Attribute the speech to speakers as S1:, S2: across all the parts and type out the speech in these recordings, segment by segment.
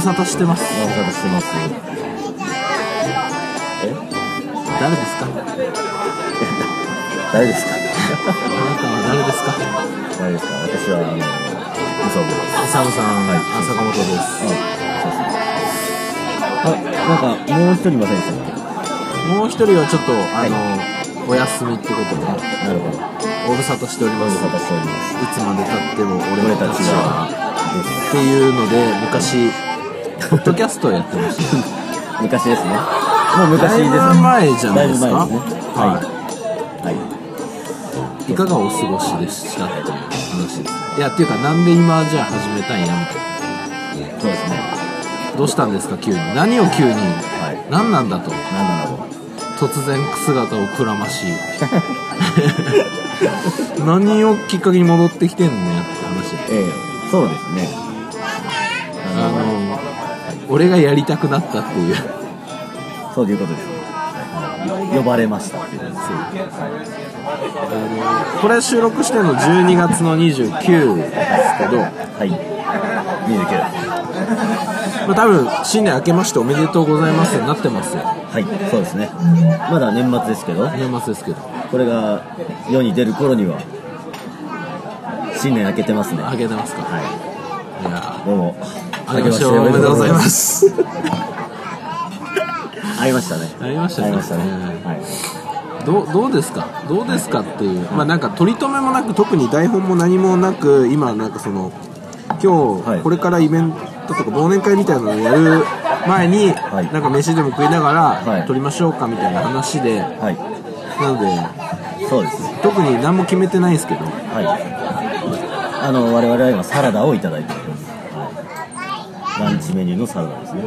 S1: 沙汰してます
S2: ご無沙汰してます。
S1: 誰ですかあな
S2: 誰ですか
S1: たは誰ですか
S2: 誰ですか私は、あの、無双です。
S1: 浅尾さん、
S2: はい
S1: あ坂本です
S2: あ、なんか、もう一人いませんでしたっ
S1: もう一人はちょっとあの、お休みってことでね
S2: けなるほど。
S1: ご無沙汰しており
S2: ご
S1: ま
S2: 無
S1: すい
S2: 沙汰しております。
S1: つまでたっても俺
S2: 俺
S1: た
S2: た
S1: ち
S2: ち
S1: は
S2: は、です。
S1: っていうので昔ポッドキャストをやってました
S2: 昔ですね。もう昔ですね。
S1: だいぶ前じゃないですか
S2: だいぶ前ですね。
S1: は
S2: はい。はい。
S1: いいかがお過ごしでしたっていう話ですいやっていうかなんで今じゃあ始めたんやみたいな
S2: そうですね。
S1: どうしたんですか急に何を急に
S2: はい。
S1: 何なんだと
S2: なんだろう。
S1: 突然姿をくらまし 何をきっかけに戻ってきてんのやって話
S2: ええそうですね。あ
S1: あの俺がやりたくなったっていう
S2: の、そういうことです。呼ばれましたっていうことです。
S1: あのこれ収録してるの12月の29ですけど、
S2: はい。29。
S1: まあ、多分新年明けましておめでとうございますになってますよ
S2: はい、そうですね。まだ年末ですけど、
S1: 年末ですけど
S2: これが世に出る頃には、新年明けてますね。
S1: あ
S2: は
S1: げてますか
S2: い。
S1: いや
S2: どうも。
S1: あげましておめでとうございま。す
S2: ありましたね。
S1: ありましたね
S2: ありましたね。
S1: うん
S2: はい。
S1: どうどうですかどうですかっていうまあなんか取り留めもなく特に台本も何もなく今なんかその今
S2: はい
S1: 日これからイベントとか忘年会みたいなのをやる前に
S2: はい
S1: なんか飯でも食いなが
S2: は
S1: ら
S2: い
S1: 撮りましょうかみたいな話でな
S2: はい。
S1: ので
S2: そうです。
S1: 特に何も決めてないですけど
S2: はい。あの、我々は今サラダをいただいております。はい。ランチメニューのサラダですね。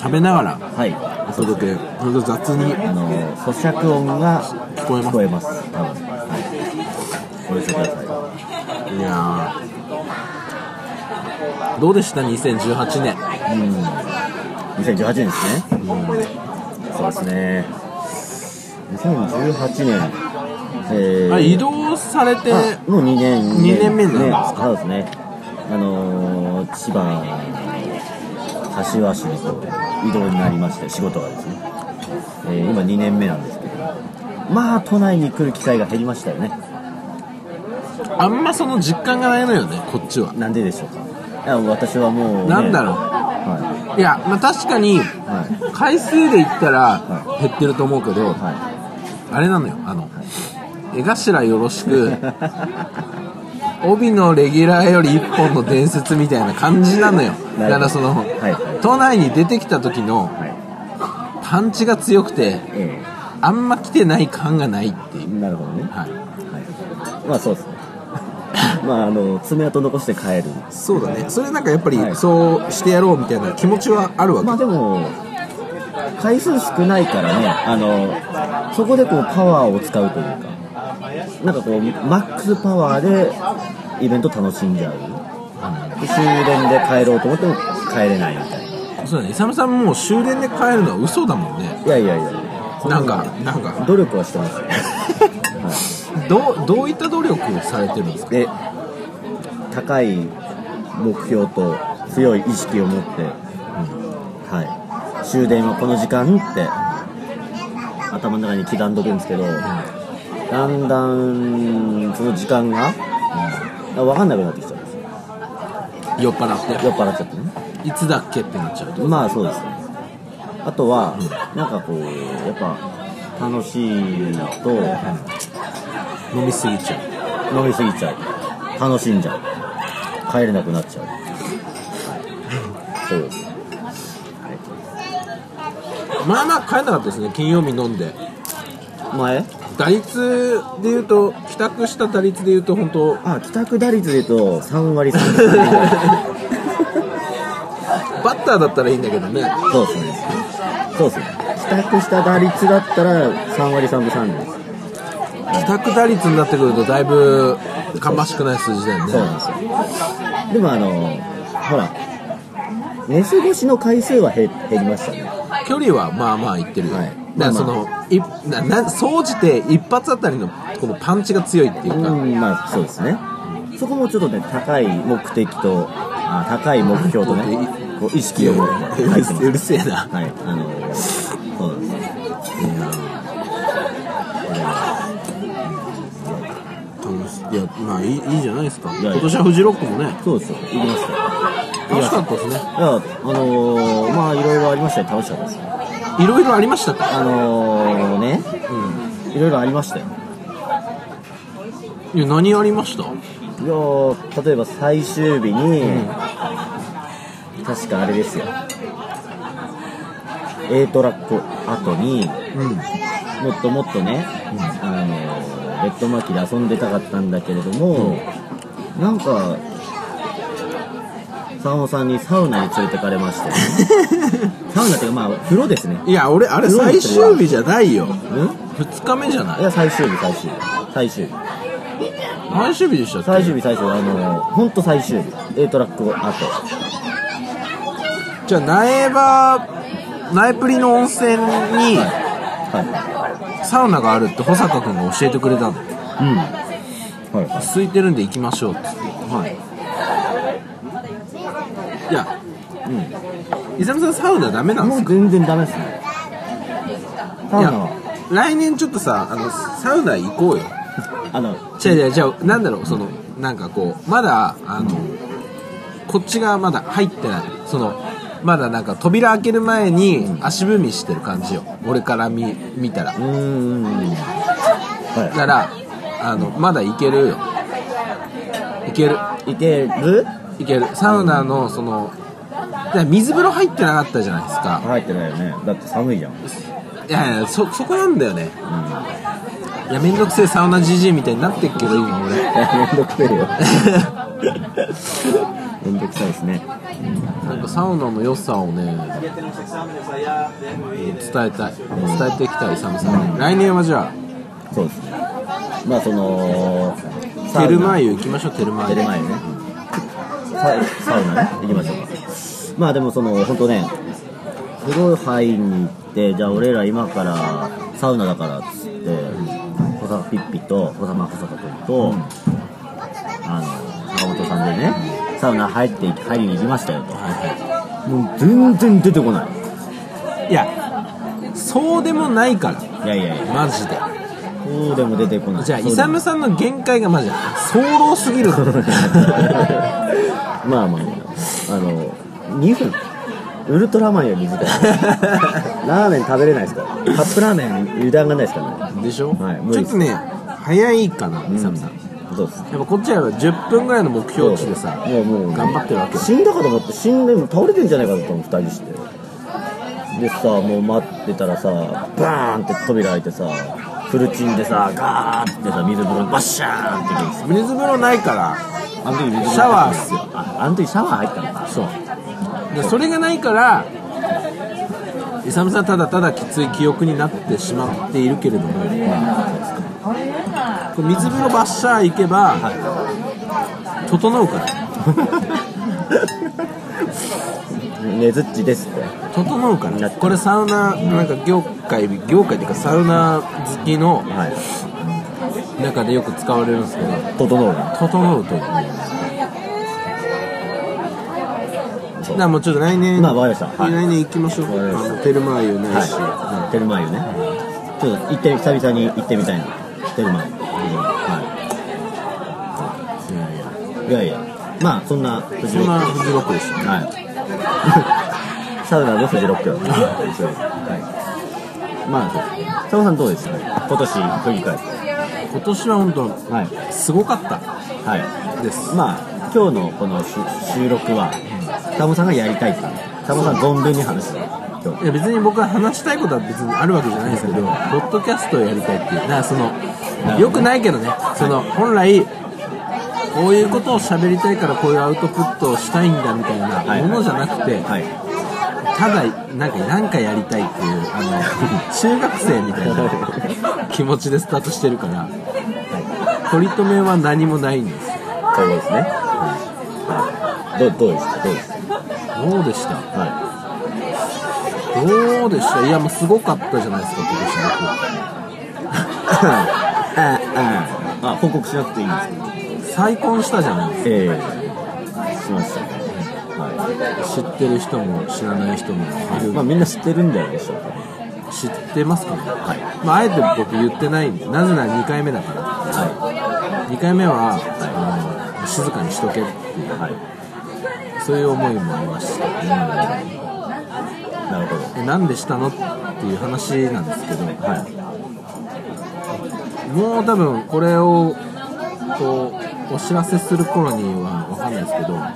S1: 食べながら
S2: はい。
S1: お届けほんと雑に
S2: あの、咀嚼音が
S1: 聞こえ
S2: 聞
S1: ます
S2: こえます。多分。はい。ご了承ください。
S1: いやーどうでした2018年
S2: 2018年ですね。そうですね。2018年。えー
S1: あ移動されて
S2: あもう2年。
S1: 二年目になるんです
S2: ねそうですね。あのー、千葉、柏市にこう移動になりまして、仕事がですね。えー今2年目なんですけど。まあ、都内に来る機会が減りましたよね。
S1: あんまその実感がないのよねこっちは
S2: なんででしょうか。いや私はもう、
S1: なんだろう
S2: はい
S1: やまあ確かに
S2: い。はい。
S1: 回数で言ったら
S2: は
S1: 減ってると思うけど
S2: はい。
S1: あれなのよあの江頭よろし く帯のレギュラーより一本の伝説みたいな感じなのよ
S2: なるほど
S1: だからその
S2: はいはい
S1: 都内に出てきた時の
S2: はい。
S1: パンチが強くて
S2: え
S1: あんま来てない感がないってい
S2: え
S1: う
S2: なるほどね。
S1: はい
S2: はい、まあそうですね まああの爪痕残して帰る
S1: そうだねそれなんかやっぱり
S2: はい
S1: そうしてやろうみたいな気持ちはあるわけ
S2: まあでも回数少ないからねあのそこでこうパワーを使うというかなんかこうマックスパワーでイベント楽しんじゃうで終電で帰ろうと思っても帰れないみたいな
S1: そうだね、イサムさんもう終電で帰るのは嘘だもんね。
S2: いやいやいや
S1: なんか、なんか、
S2: 努力はしてますよ
S1: どう、どういった努力をされてるんですか
S2: で高い目標と強い意識を持って、はい、終電はこの時間って頭の中に刻んどくんですけど、だんだんその時間が、分かんなくなってきちゃうんですよ
S1: 酔っ払っ
S2: 酔っ払っちゃってね
S1: て。いつだっけってなっちゃうと。
S2: まあそうですねあとは、なんかこうやっぱ楽しいのと
S1: 飲みすぎちゃう。
S2: 飲みすぎちゃう楽しんじゃう帰れなくなっちゃう、そうです
S1: まあまあ帰んなかったですね、金曜日飲んで。
S2: 前
S1: 打率で言うと、帰宅した打率で言うと、本当
S2: あ帰宅打率で言うと3割3分
S1: バッターだったらいいんだけどね。
S2: そうですねそうですね帰宅した打率だったら3割3分3厘です
S1: 帰宅打率になってくると、だいぶ、芳しくない数字だよ
S2: そう
S1: ね。
S2: なんですよでもあのほら寝過ごしの回数は減減りましたね
S1: 距離はまあまあいってるよ。
S2: はい
S1: だからその、い、な、な、総じて一発あたりの、このパンチが強いっていう
S2: う
S1: か、
S2: んまあそうですねそこもちょっとね高い目的とあ高い目標とねこう意識を持って書いてます
S1: うるせえ な
S2: はいあのそうなんです
S1: いや楽しいいやまあいいいいじゃないですか
S2: いや
S1: 今年はフジロックもね
S2: そうですよ行きました
S1: 楽しかったですね
S2: いやあのー、まあいろいろありましたよ楽しかったです
S1: いろいろありましたか
S2: あのー、ねいろいろありましたよ
S1: いや何ありました
S2: いやー例えば最終日に、確かあれですよ A トラック後に
S1: うん
S2: もっともっとね、あのレッドマーキーで遊んでたかったんだけれども、なんか佐野さんにサウナに連れてかれま して、サウナっていうかまあ風呂ですね
S1: いや俺あれ最終日じゃないよ
S2: うん
S1: 2日目じゃない
S2: いや最終日最終日最終日
S1: 最終日でしたっけ
S2: 最終日最終日あのほんと最終日 A トラック後
S1: じゃあ苗場苗プリの温泉に
S2: は
S1: サウナがあるって保坂君が教えてくれたの
S2: いうんはいは
S1: 空いてるんで行きましょうって
S2: い
S1: いやうん勇さんサウナダメなんです
S2: もう
S1: か
S2: 全然ダメですねサ
S1: い
S2: ウナ
S1: や
S2: は
S1: 来年ちょっとさあのサウナ行こうよ
S2: あの
S1: 違う違う違うなんだろうそのなんかこうまだあのこっち側まだ入ってないそのまだなんか扉開ける前に足踏みしてる感じよ俺から見見たら
S2: うーん
S1: だ
S2: は
S1: からあのまだ行けるよ行ける
S2: いいける
S1: 行けるサウナのそのだから水風呂入ってなかったじゃないですか
S2: 入ってないよねだって寒 いじゃん
S1: いやいやそそこなんだよね、いやめんどくせえサウナじじいみたいになってっけど今俺
S2: めんどくせえよめんどくさいですね
S1: なんかサウナの良さをね伝えたい伝えていきたい寒さに来年はじゃ
S2: そうですねまあその
S1: あテルマ
S2: イ
S1: ー湯行きましょうテルマ
S2: 出
S1: ー
S2: る
S1: 湯
S2: 前ねササウナね行きましょうかまあでもその本当ね風呂入りに行ってじゃあ俺ら今からサウナだからっつって小坂ピッピと小坂小坂君と、あの坂本さんでねサウナ入って入りに行きましたよともう全然出てこない
S1: いやそうでもないから
S2: いやいやいや
S1: マジで
S2: そうでも出てこない
S1: じゃあ
S2: そうでも
S1: 勇さんの限界がマジで早漏す ぎる
S2: まあまあまあ、あの、2分。ウルトラマンより 短い。ラーメン食べれないですから。カップラーメン油断がないですからね。
S1: でしょ、
S2: はい無
S1: ち
S2: 理
S1: ょっとね早いかな勇さん、や
S2: そうです。
S1: っぱこっちは10分ぐらいの目標値でさ
S2: もうもう、
S1: 頑張ってるわけよ
S2: 死んだかと思って、死んでも倒れてんじゃないかと思ったの、二人して。でさ、もう待ってたらさ、バーンって扉開いてさ、フルチンでさ、ガーってさ、水風呂バッシャーンって行くんですよ。
S1: 水風呂ないから
S2: あの時水風呂
S1: シャワーっすよ
S2: あ、あの時シャワー入ったのか。
S1: そうでそれがないから勇さんただただきつい記憶になってしまっているけれども、これ水風呂バッシャー行けば、整うから
S2: ねずっちですって。
S1: 整うからこれサウナなんか業界業界っていうかサウナ好きの
S2: はい。
S1: 中でよく使われるんですけど
S2: 整うな。
S1: 整うというだからもうちょっと来年、
S2: まあわかりましたはい
S1: 来年行きましょう
S2: わかりまし
S1: あのテルマー湯ないし、
S2: はい、テルマー湯ね、ちょっと行って久々に行ってみたいなテルマー湯、はい、いやいやまあそんな藤
S1: そん
S2: ロ
S1: な
S2: ッ
S1: フジロックでした
S2: クはいサウナの藤ロックはいまあそうです佐野さんどうでした今年都議会
S1: 今年は本当
S2: はい
S1: すごかった
S2: は
S1: です
S2: いまあ今日のこの収収録は佐野さんがやりたいっていう佐野さん存分に話して今日
S1: いや別に僕は話したいことは別にあるわけじゃないですけどポッドキャストをやりたいっていうだからそのよくないけどねその本来こういうことを喋りたいからこういうアウトプットをしたいんだみたい
S2: はい
S1: なものじゃなくて、
S2: はい
S1: ただなんかなんかやりたいっていうあの 中学生みたい な気持ちでスタートしてるから取り留めは何もないんです
S2: そうですね、はい、どうどうですかどうですか
S1: どうでした
S2: はい
S1: どうでしたいやもうすごかったじゃないですか今年の僕
S2: あ、報告しなくていいんですか
S1: 再婚したじゃない
S2: ええしました。
S1: 知ってる人も知らない人もいる、
S2: まあみんな知ってるんじゃないでしょうか。
S1: 知ってますかね、
S2: い
S1: まあ、あえて僕言ってないんでなぜなら2回目だから、2回目は、あの静かにしとけっていう、そういう思いもありました
S2: なるほど。
S1: でなんでしたのっていう話なんですけど、もう多分これをこうお知らせする頃には分かんないですけど
S2: は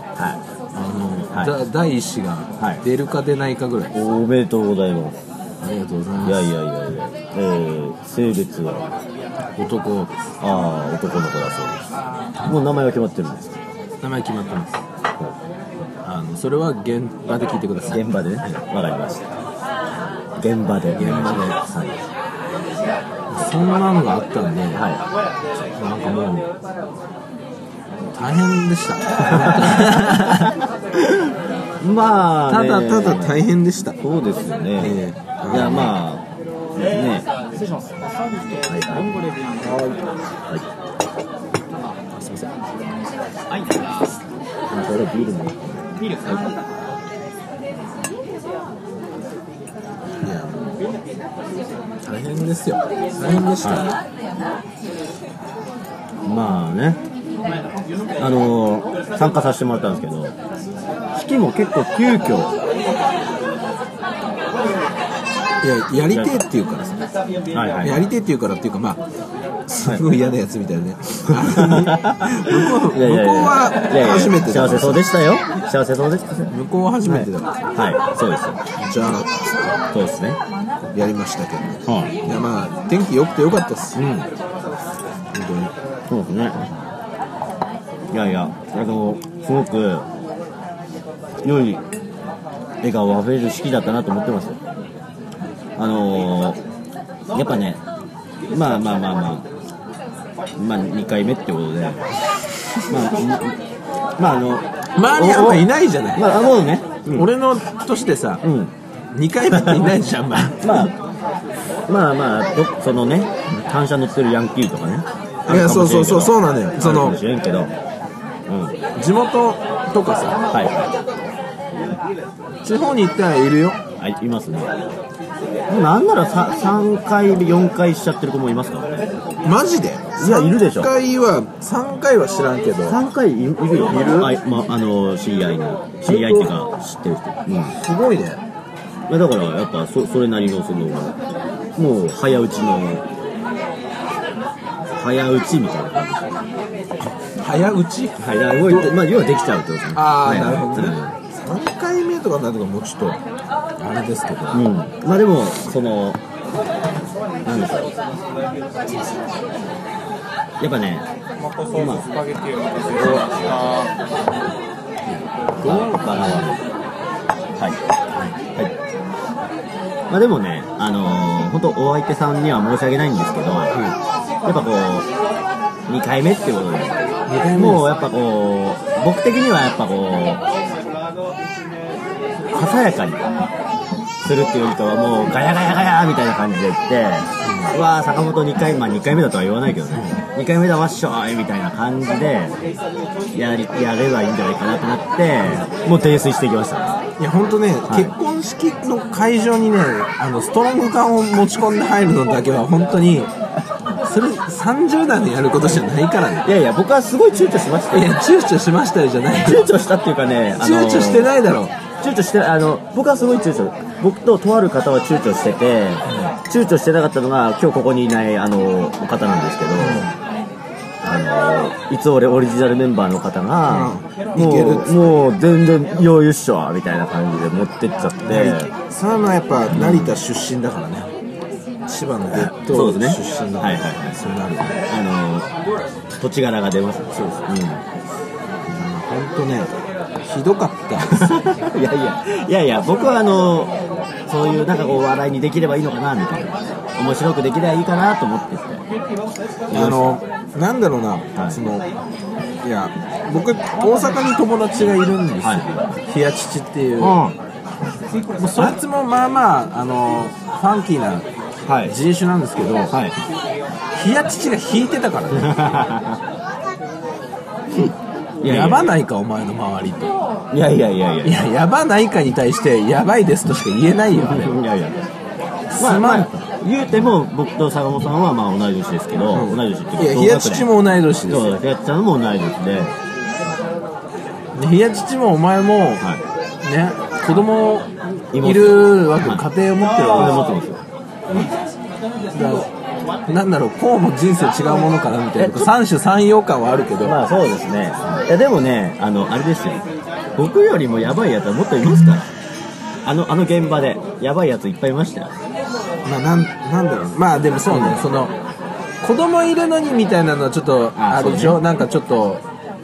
S1: あの、
S2: はい
S1: だ第一子
S2: は
S1: が
S2: い
S1: 出るか出ないかぐらい、
S2: い。おめでとうございます。
S1: ありがとうござい
S2: い
S1: ま
S2: や
S1: す
S2: いやいやいや。えー、性別は、
S1: 男
S2: ああ、男の子だそうです。もう名前は決まってるんですか
S1: 名前決まってますあのそれは現場で聞いてください
S2: 現場でね。わかりました。現場で。現場で。は
S1: そんなのがあったんで、
S2: い。は
S1: なんかもう大変でした
S2: い。 まあ、
S1: た
S2: ね、
S1: だただ大変でした
S2: そうですよね。
S1: ええ
S2: いや、まあ、ね。
S3: 失礼します。
S2: はいはい。はい。
S1: すいません
S2: あ、これビールも。
S3: ビール
S1: いや大変ですよ大変でした、
S2: まあね、あのー参加させてもらったんですけど、式も結構急遽、
S1: いややりてえって言うからさ
S2: はいは
S1: やりてえって言うからっていうかまあすごい嫌なやつみたい なね向こう向こうは初めてだ
S2: 幸
S1: か
S2: せ
S1: ら
S2: そうでしたよ、幸せそうでしたよ
S1: 向こうは初めてだか
S2: はい、そうですよ、
S1: らじゃあ
S2: そうですね、
S1: やりましたけどね
S2: はい
S1: やまあ天気良くて良かったっす
S2: い、うん、
S1: 本当に
S2: そうですね、いやいや、あのすごく、良い笑顔あふれる式だったなと思ってますよ、あのーやっぱね、まあまあまあまあ、まあ、2回目ってことで、まあ、まあ、あの、
S1: 周りあんまいないじゃない、
S2: まあ、あのね、うん、
S1: 俺の年でさ、
S2: うん、
S1: 2回目っていないじゃん、まあ、
S2: まあ、まあまあ、どそのね、単車乗ってるヤンキーとかね、
S1: いやそうそうそうそうなのよそ
S2: そ
S1: の
S2: の、知れんけど、うん、は
S1: 地元とかさ
S2: い、
S1: 地方に行ったらいるよ
S2: はい、いますね。なんならさ3回、4回しちゃってる子もいますからね。
S1: マジで
S2: いや、いるでしょ
S1: 3。回は3回は知らんけど
S2: 3回いいるよ。いるあい、ま、あの、知り合いの、知り合いっていうか、知ってる人。うん。い
S1: すごいね
S2: や、だから、やっぱ、そ、それなりの、その、もう、早打ちの、早打ちみたいな感じ。
S1: 早打ち
S2: はい、だから動いて、まあ、要はできちゃうってことですね。
S1: ああ
S2: はい
S1: なるほどね3回目とかになるともうちょっとあれですけど
S2: うん。うんまあ、でも、その、なんでしょう。やっぱね、今、バラははい。はい。まあでもね、あのー、本当お相手さんには申し訳ないんですけど、やっぱこう、2回目ってことで、
S1: 回目です
S2: もうやっぱこう、僕的にはやっぱこう、ささやかにするっていうよりかはもう、ガヤガヤガヤみたいな感じで言って、うわー、坂本2回、まあ2回目だとは言わないけどね、2回目だわっしょーいみたいな感じで、やり、やればいいんじゃないかなと思って、もう泥酔していきました。
S1: いや本当ね、
S2: い
S1: 結婚式の会場にねあのストロング缶を持ち込んで入るのだけは本当にそれ30代でやることじゃないからね
S2: いやいや、僕はすごい躊躇しました
S1: い
S2: よ。
S1: や躊躇しましたよじゃない
S2: 躊躇したっていうかね、あの
S1: 躊躇してないだろ
S2: 躊躇してあの僕はすごい躊躇僕ととある方は躊躇してて、躊躇してなかったのが今日ここにいないあのお方なんですけど、あのいつ俺オリジナルメンバーの方が、
S1: うんいけるっつっ
S2: もう
S1: て
S2: もう全然余裕っしょみたいな感じで持ってっちゃって。
S1: それはやっぱ成田出身だからね千葉の別
S2: そ
S1: 当
S2: うですね
S1: 出身だから
S2: はいはいはい
S1: そうなるよね
S2: あの土地柄が出ますそうです、
S1: 本当ねひどかったです
S2: うん、いやいやいやいや僕はあのそういうなんかこう笑いにできればいいのかなみたいな面白くできればいいかなと思ってて
S1: あのなんだろうな、
S2: い
S1: そのいや僕大阪に友達がいるんですよ、
S2: は
S1: 冷や乳っていう、も
S2: は
S1: うそいつもまあまああのファンキーない人種なんですけど、
S2: はい
S1: 冷や乳が引いてたからね
S2: いやいや
S1: やばないかお前の周りと
S2: いやいやいやいや
S1: いややばないかに対してやばいですとしか言えないよあれ
S2: いやいや
S1: す
S2: まあ
S1: ま
S2: ま
S1: ん
S2: あ言うても僕と坂本さんはまあ同い年ですけど、
S1: うん
S2: 同い年っていうか
S1: いや冷や乳も同い年です
S2: そう
S1: よ
S2: だ平田さんも同い年で
S1: で冷や乳もお前も、
S2: は
S1: ね子供
S2: い
S1: いるわけ
S2: はい
S1: 家庭を持ってる
S2: い
S1: わ
S2: 持ってます
S1: け
S2: よ
S1: ですからなんだろうこうも人生違うものかなみたい
S2: え
S1: な三種三様感はあるけど
S2: まあそうですねいやでもねあのあれですよ僕よりもやばいやつはもっといますからあのあの現場でやばいやついっぱいいましたよ
S1: まあ、なんなんだろうまあでもそうねその子供いるのにみたいなのはちょっと
S2: あ
S1: あるでし
S2: そう
S1: ょ、なんかちょっと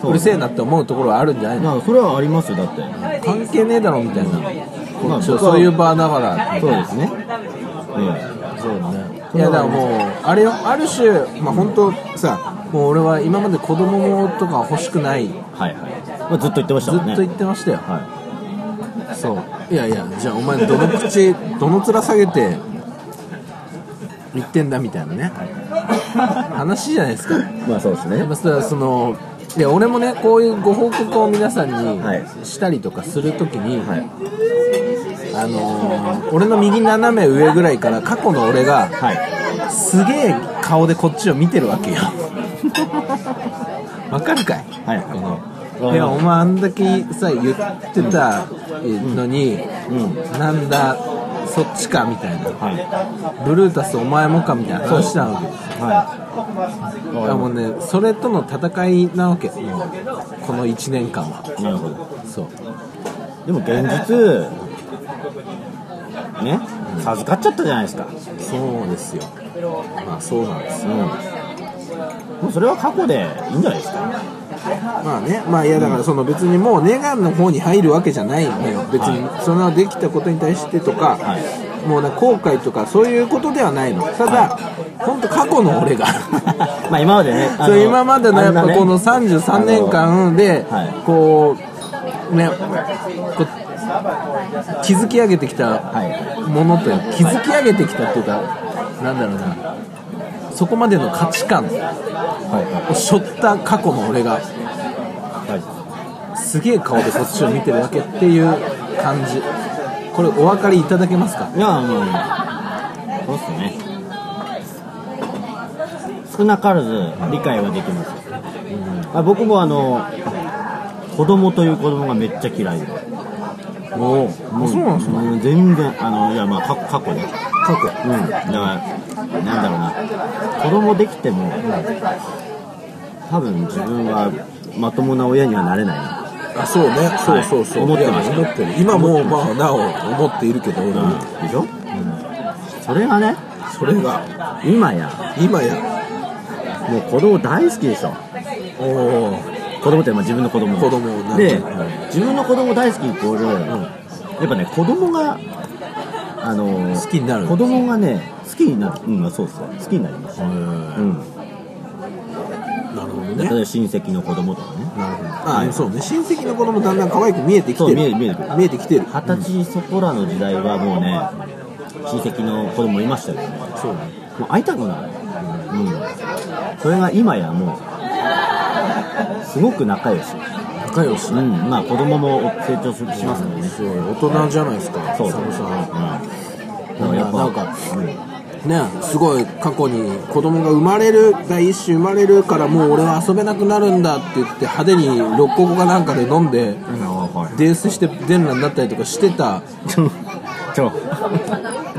S2: そう
S1: うるせえなって思うところはあるんじゃないの
S2: なんかそれはありますよだって
S1: 関係ねえだろみたいな、
S2: まあ
S1: ちょ
S2: 僕は
S1: そういう場だから
S2: そうですねうん
S1: そうねいやだからもうあれよある種まあ本当さもう俺は今まで子供もとか欲しくないず
S2: はいはい、まあ、ずっと言ってましたも
S1: っ
S2: んね
S1: と言ってましたよ、
S2: は
S1: そういやいやじゃあお前どの 口どの面下げて言ってんだみたいなね話じゃないですか
S2: いまあそうです
S1: で
S2: ね
S1: もさそのいや俺もねこういうご報告を皆さんに
S2: はい
S1: したりとかするときに、
S2: はい
S1: あのー俺の右斜め上ぐらいから過去の俺が
S2: はい
S1: すげえ顔でこっちを見てるわけよ わかるかい
S2: はい
S1: こ
S2: うん
S1: のいやお前あんだけさ言ってたのに、
S2: うん
S1: なんだそっちかみたいな
S2: はい
S1: ブルータスお前もかみたいな話したわけ
S2: はい
S1: いやもうねそれとの戦いなわけもうこの1年間は
S2: なるほど
S1: そう
S2: でも現実ね授かっちゃったじゃないですか
S1: そうですよまあそうなんです
S2: うん
S1: よ
S2: もうそれは過去でいいんじゃないです か
S1: まあねまあいやだからその別にもうネガの方に入るわけじゃないのよ別にそのできたことに対してとか、
S2: はい
S1: もうね後悔とかそういうことではないのただ本当過去の俺が
S2: まあ今までねあの
S1: そう今までのやっ
S2: あんな
S1: ぱ
S2: ね
S1: この33年間で
S2: はい
S1: こうねこう築き上げてきた
S2: はいはい
S1: ものという築き上げてきたっていうか、なんだろうなそこまでの価値観を
S2: は
S1: 背負った過去の俺が
S2: いは
S1: すげえ顔でこっちを見てるわけっていう感じこれお分かりいただけますか
S2: いいやあのそうっすね少なからず理解はできます、まあ、僕もあの子供という子供がめっちゃ嫌いで
S1: おおそうなんですか
S2: うん全然あのいやまあ過過去で
S1: 過去
S2: うん、だから、なんだろうな、子供できても、多分自分はまともな親にはなれないな。
S1: あそうねそうそうそう、
S2: 思って
S1: いや
S2: ました
S1: 思ってる今もまあなお思っているけど俺は
S2: でしょ、それがね、
S1: それが
S2: 今や、
S1: 今や
S2: もう子供大好きでしょ。
S1: おお
S2: 子供ってまあ自分の子供
S1: 子供をな
S2: で
S1: はい、
S2: 自分の子供大好きイコール、やっぱね、子供が、あの
S1: 好きになる
S2: 子供がね、好きになる。うん、まあそうそう。好きになります。
S1: な
S2: うん。
S1: るほど
S2: 例え
S1: ね
S2: ば親戚の子供とかね。
S1: なるほどあそうね親戚の子供だんだん可愛く見えてき
S2: そ
S1: て
S2: う、
S1: る
S2: 見え見えてくる。
S1: 見えてきてる
S2: 二十歳そこらの時代はもうね、親戚の子供いましたけどね、
S1: そうね
S2: もう会いたくなる、うん、それが今やもう、すごく仲良し、
S1: 仲良し
S2: うん、まあ子供も成長しますからね、
S1: すごい大人じゃないですか
S2: そう
S1: 佐
S2: そう
S1: 野
S2: そう、
S1: さ
S2: うん、だ
S1: ん
S2: からやっぱ、
S1: なんか
S2: うん
S1: ねすごい過去に子供が生まれる第一子生まれるからもう俺は遊べなくなるんだって言って派手に六個かなんかで飲んで
S2: はい
S1: 泥酔して全裸になったりとかしてた
S2: ちょ、ちょ、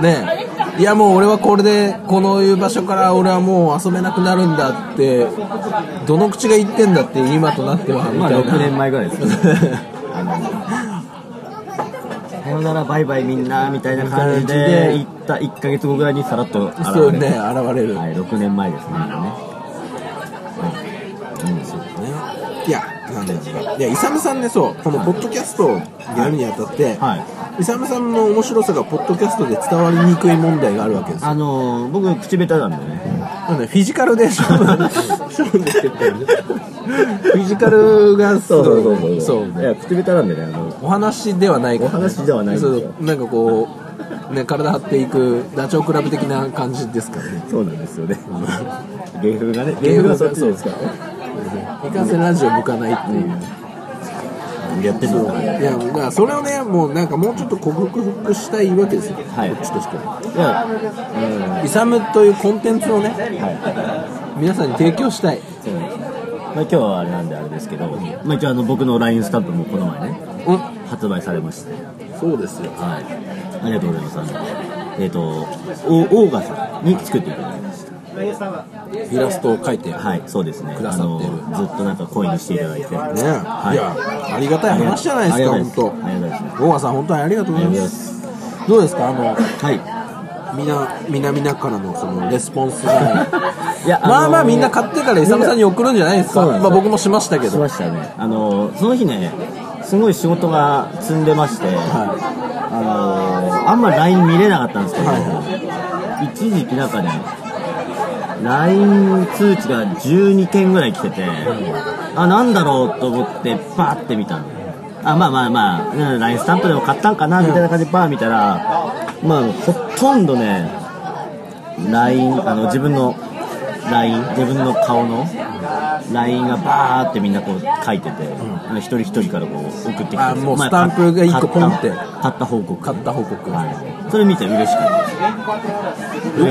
S1: ねいやもう俺はこれでこのいう場所から俺はもう遊べなくなるんだってどの口が言ってんだって今となってはみ
S2: まあ
S1: たい
S2: 6
S1: な
S2: 年前ぐらいですけど、あの、さよならバイバイみんなみたいな感じで行った1ヶ月後ぐらいにさらっと現れ
S1: そう
S2: る
S1: ね現れる、
S2: はい、6年前ですね。
S1: ね、いや、なんだろういや、イサムさんね、そう、このポッドキャストをやるにあたって、
S2: は
S1: イサムさんの面白さがポッドキャストで伝わりにくい問題があるわけですよ。
S2: あのー、僕、口下手なんでね。
S1: なんでフィジカルで勝負勝負してるフィジカルがそうね
S2: いや、口下手なんでね、あの、
S1: お話ではないから、
S2: お話ではないんです
S1: そ
S2: よ
S1: うなんかこう、ね、体張っていくダチョウ倶楽部的な感じですからね
S2: そうなんですよね。芸風がね、芸風がそっちですからね。
S1: いかんせんラジオ向かないっていう。
S2: やってる
S1: そ
S2: の
S1: う
S2: か
S1: いや、だからそれをね、もうなんかもうちょっと克服したいわけですよ。
S2: はい
S1: こっちとしては。
S2: いや、うん、
S1: イサムというコンテンツをね、
S2: はい。
S1: 皆さんに提供したい。
S2: そうねまあ、今日はあれなんであれですけど、まあ、一応あの僕の LINE スタンプもこの前ね、
S1: うん。
S2: 発売されまして、
S1: そうですよ。
S2: はい。ありがとうございます。あのえっ、と、おオーガさんに作っていただきました。
S1: イラストを描いて。ね
S2: はい、そうですね。
S1: くださってる
S2: あのずっとなんか恋にしていただいて。ね
S1: いや、ありがたい話じゃないですか、本当。
S2: ありがたいです。
S1: 大川さん、本当にありがとうご
S2: あ
S1: ざ
S2: り
S1: い
S2: がとうござい
S1: ま。
S2: ますす。
S1: どうですか、あの、
S2: は
S1: みな、みなみなからのそのレスポンス が。
S2: い。いや
S1: まあまあみんな
S2: 買
S1: 買ってからイサムさんに送るんじゃないですか。
S2: そうなんです
S1: まあ
S2: よ
S1: 僕もしましたけ
S2: し
S1: ど。
S2: ましたね。あの、その日ね、すごい仕事が積んでまして、
S1: は
S2: あの、あんま LINE 見れなかったんですけど、
S1: はい
S2: 一時期なんかね、LINE 通知が12件ぐらい来てて、あ、なんだろうと思って、バーって見たの。あ、まあまあまあ、うん LINE スタンプでも買ったんかな、みたいな感じでバー見たら、まあ、ほとんどね、LINE、あの、自分の LINE、自分の顔の LINE がバーってみんなこう書いてて、一人一人からこう送ってきて、
S1: あもう
S2: ま
S1: スタンプが一個ポンって
S2: 買った買った報告。
S1: い。買った報告。
S2: はい、それ見て嬉しかった
S1: よ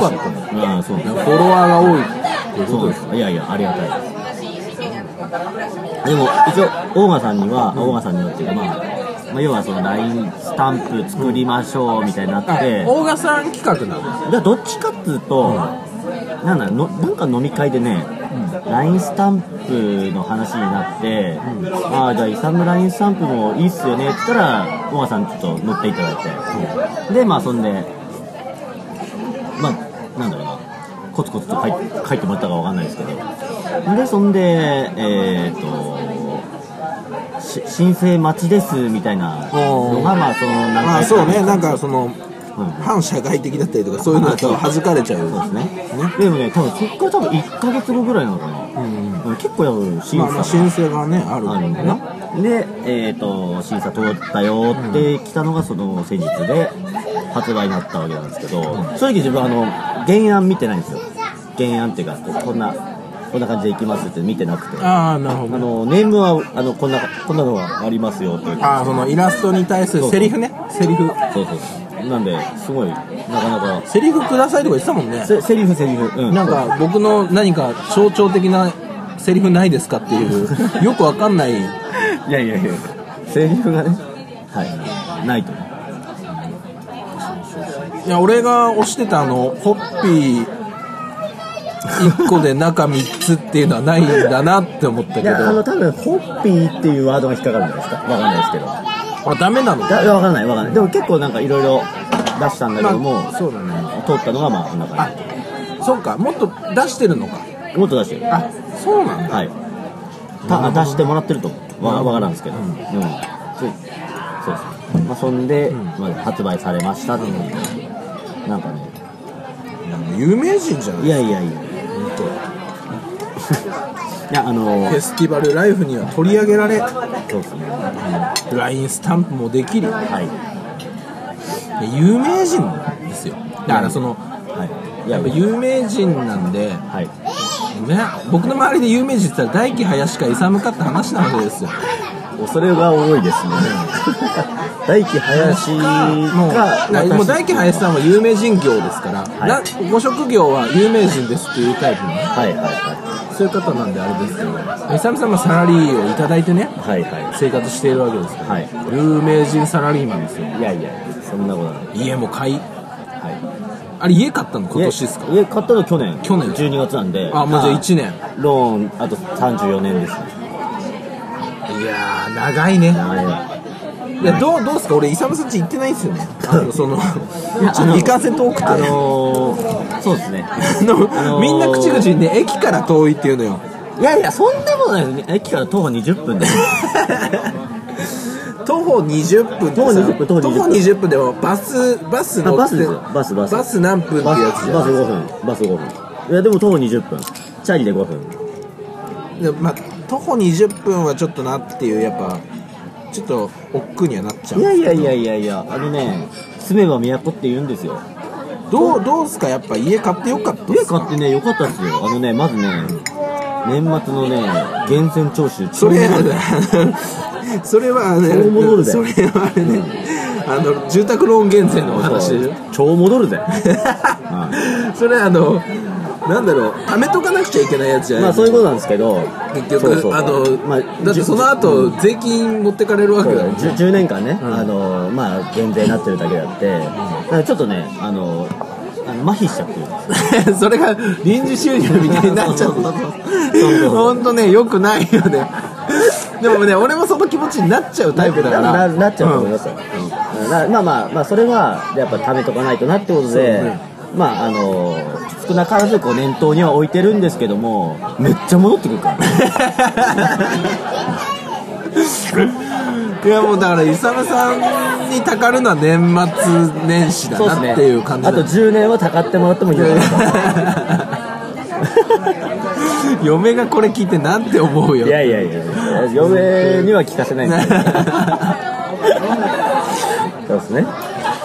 S1: かった。
S2: うんそう
S1: フォロワーが多いっていうこ
S2: そ
S1: と
S2: う
S1: で。
S2: ですすいやいやありがたいですでも一応大賀さんには大賀さんにはっていうかまあ、まあ、要はその LINE スタンプ作りましょうみたいになって、
S1: あ
S2: で
S1: 大賀さん企画なの
S2: どっちかっつうと、なんだろうのなんか飲み会でね、LINE スタンプの話になって、ああじゃあイサム LINE スタンプもいいっすよねって言ったら大賀さんちょっと乗っていただいて、でまあそんでまあ、なんだろうな、コツコツと書い書いてもらったかわかんないですけど、で、そんで、えー、と、し申請待ちですみたいなのが、まあ、その、なん
S1: まあそうね、なんかその、
S2: うん
S1: 反社会的だったりとか、そういうのだと弾かれちゃう。
S2: そうですね。
S1: ね
S2: でもね、多分そっから多分1ヶ月後ぐらいなのかな。
S1: ん
S2: うん結構多分審査
S1: ま
S2: が、
S1: あまあ申請がね、ある
S2: あるんだ
S1: だ
S2: よなで、えー、と審査通ったよって来たのがその先日で発売になったわけなんですけど、正直自分あの原案見てないんですよ原案っていうかこうこんなこんな感じでいきますって見てなくてあ
S1: ああ、なるほど。
S2: のネームはあのこんなこんなのがありますよっていう
S1: ああ、そのイラストに対するセリフね。セリフ。
S2: そうそうそうなんですごいなかなか
S1: セリフくださいとか言ってたもんね。
S2: せセリフセリフうん
S1: なんか僕の何か象徴的なセリフないですかっていう、よくわかんない。
S2: いやいやいやセリフがねはいないとね
S1: いや、俺が推してたあの、ホッピー1個で中3つっていうのはないんだなって思ったけ
S2: い
S1: ど、
S2: やあの
S1: あ、
S2: 多分ホッピーっていうワードが引っかかるんじゃないですかわかんないですけど
S1: ダメなの
S2: いや、いやわかんない、わかんない。でも結構なんかいろいろ出したんだけども、
S1: まあそうだね。
S2: 通ったのがまあこんな
S1: あ
S2: 感、
S1: そうか、もっと出してるのか。
S2: じ。もっと出してる。は
S1: あ、そうなんだ。
S2: い。た出してもらってると思う。わわからんですけど。うん。そうそうですね。まあそんで、まあ発売されましたっていうなんかね、
S1: 有名人じゃない
S2: いやいや いや。
S1: 本当
S2: いや、あの
S1: フェスティバルライフには取り上げられ、
S2: そうですね。
S1: LINE スタンプもできる。
S2: は
S1: 有名人なんですよ。だからその、
S2: い。はい。い
S1: や
S2: や
S1: っぱ、有名人なんで、ね、
S2: はい。
S1: 僕の周りで有名人って言ったら大輝林か勇かって話なわけですよ
S2: 恐れが多いですね。 大輝林
S1: もう
S2: が、
S1: なもう大輝林さんは有名人業ですから、
S2: い
S1: なご職業は有名人ですっていうタイプの
S2: はいはいは
S1: そういう方なんであれですけど勇さんはサラリーをいただいてね
S2: い。はいは
S1: 生活しているわけですか
S2: い。
S1: ら、
S2: はい。
S1: 有名人サラリーマンですよ
S2: いやいや、そんなことない。
S1: 家も買い
S2: はい。
S1: あれ家買ったの今年ですか
S2: 家買ったの去年。
S1: 去年
S2: 12月なんで。
S1: あもうじゃあ1年
S2: あローン、あと34年ですね。
S1: いやー長いね
S2: はい
S1: やどうどうですか俺勇さんち行ってないんですよねあのその
S2: や
S1: ちょっといかんせん遠くて
S2: あのー、そうですね。
S1: あのみんな口々にね駅から遠いっていうのよ
S2: いやいや、そんなことないですね。駅から徒歩20分で。
S1: 徒歩20分ってさ
S2: 徒歩20分徒歩20分
S1: 徒歩20分でもバスバス乗って
S2: あバスですよバスバス
S1: バス何分って
S2: バス
S1: やつじゃ
S2: バス
S1: ん
S2: 5分。バス5分。いや、でも徒歩20分。チャリで5分。
S1: でまあ徒歩20分はちょっとなっていうやっぱちょっと億劫にはなっちゃ
S2: いうやいやいやいやいや、あのね、住めば都って言うんですよ。
S1: どうどうすかやっぱ家買ってよかったっ
S2: 家
S1: すか
S2: 買ってね、良かったですよ。あのね、まずね、年末のね源泉徴収
S1: それはねそれはね
S2: 超戻るぜ
S1: それはあれね、あの住宅ローン減税のお話でしょ
S2: 超 戻るぜ
S1: それあのなんだろう貯めとかなくちゃいけないやつじゃない、
S2: まあそういうことなんですけど
S1: 結局
S2: そうそう
S1: あの、
S2: まあ
S1: だってその後、税金持ってかれるわ
S2: そ
S1: け
S2: う
S1: だ
S2: だね
S1: よ
S2: 10, 10年間ね、あのまあ減税になってるだけであって、だからちょっとねあのあの麻痺しちゃって る
S1: それが臨時収入みたいになっちゃう
S2: そうそうそうそう
S1: 本当ねよくないよねでもね俺もその気持ちになっちゃうタイプだから
S2: なななっちゃうと思いますすよ、なまあまあまあそれはやっぱ貯めとかないとなってことで、
S1: ね
S2: まああの少なからずこう念頭には置いてるんですけどもめっちゃ戻ってくるから
S1: いやもうだから勇さんにたかるのは年末年始だなっていう感じ
S2: あと10年はたかってもらってもい いのかなと
S1: 嫁がこれ聞いてなんて思うよ
S2: いやいやいや嫁には聞かせ ないんですけどそうですね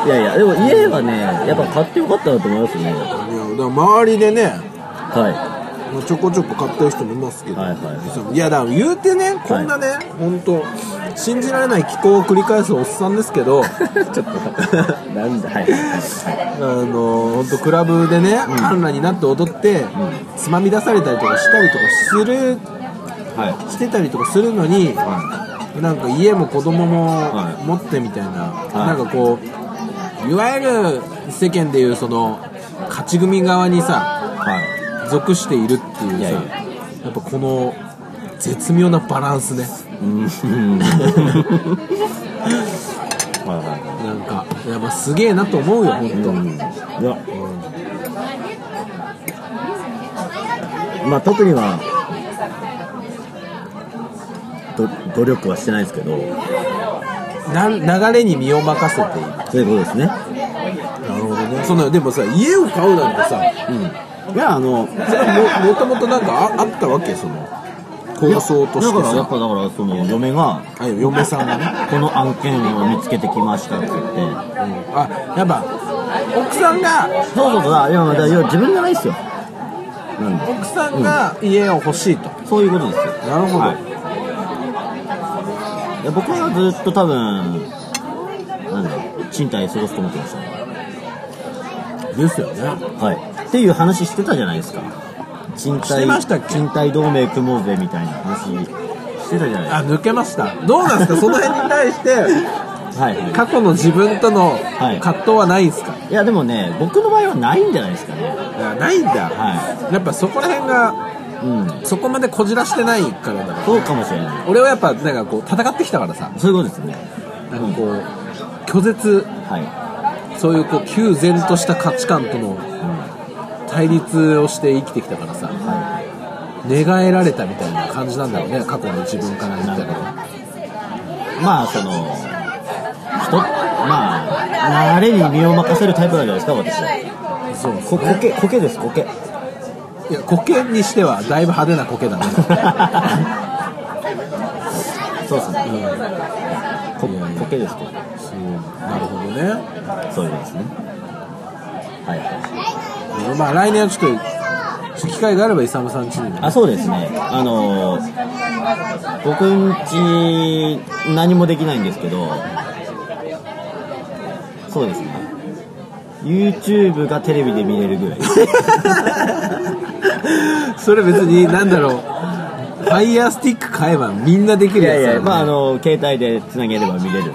S2: いやいやでも家はねやっぱ買ってよかったなと思いますね
S1: いやだから周りでね、
S2: は
S1: まあ、ちょこちょこ買ってる人もいますけど、
S2: はいはい
S1: やだから言うてねこんなね、本当信じられない気候を繰り返すおっさんですけ どあ
S2: い ちょっとなんだはいはい
S1: の本当クラブでね観覧、になって踊って、つまみ出されたりとかしたりとかする
S2: はい、はい
S1: してたりとかするのに、なんか家も子供も
S2: はい
S1: 持ってみたいな、
S2: い
S1: なんかこういわゆる世間でいうその勝ち組側にさ
S2: はい
S1: 属しているっていうさ
S2: いやいや
S1: やっぱこの絶妙なバランスね
S2: うんはいは
S1: なんかいやまあすげえなと思うよ本当、
S2: い。うん。いや。まあ特にはど努力はしてないですけど、
S1: な流れに身を任せている
S2: そういうことですね。
S1: なるほどねそのでもさ家を買うなんてさ
S2: いやあの。
S1: それはももともとなんかああったわけその構想として
S2: だからや
S1: さ
S2: っぱだからその嫁が
S1: あ嫁さんがね
S2: この案件を見つけてきましたって言って
S1: あやっぱ奥さんが
S2: そうそうそういやまあだから要は自分じゃないですよなんで
S1: 奥さんが家を欲しいと、
S2: そういうことですよ
S1: なるほど、
S2: はいいや僕はずっと多分なんだろう賃貸過ごすと思ってました
S1: ですよね
S2: はいっていう話してたじゃないですか賃貸
S1: してましたっけ
S2: 賃貸同盟組もうぜみたいな話してたじゃない
S1: あ抜けましたどうなんですかその辺に対 して
S2: ですかはいはい
S1: 過去の自分との
S2: い
S1: 葛藤はないんですか、
S2: いやでもね僕の場合はないんじゃないですかね
S1: あないんだ、
S2: は
S1: やっぱそこら辺が
S2: うん
S1: そこまでこじらしてないからだ
S2: そうかもしれない
S1: 俺はやっぱなんかこう戦ってきたからさ
S2: そういうことですね
S1: なんかこう拒絶
S2: はい
S1: そういうこう旧然とした価値観との対立をして生きてきたからさ
S2: は
S1: 寝返られたみたいな感じなんだろうね過去の自分から見た
S2: なるほど
S1: ら
S2: いまあその人まあ流れに身を任せるタイプなんじゃないですか私は
S1: そう
S2: ここけこけですこけ
S1: いやコケにしてはだいぶ派手なコケだね
S2: そうですね。こ
S1: いやいや
S2: こけですと。
S1: そうなるほどね
S2: そういうことですね。はい。
S1: まあ来年はちょっと機会があれば勇さんちにも
S2: あ、そうですね。あのー、僕んち何もできないんですけど、そうですね。YouTube がテレビで見れるぐ らい。
S1: それ別になんだろうファイヤースティック買えばみんなできる
S2: い
S1: やつ
S2: やい
S1: だよ
S2: や、
S1: ね
S2: まああのー、携帯でつなげれば見れるんで。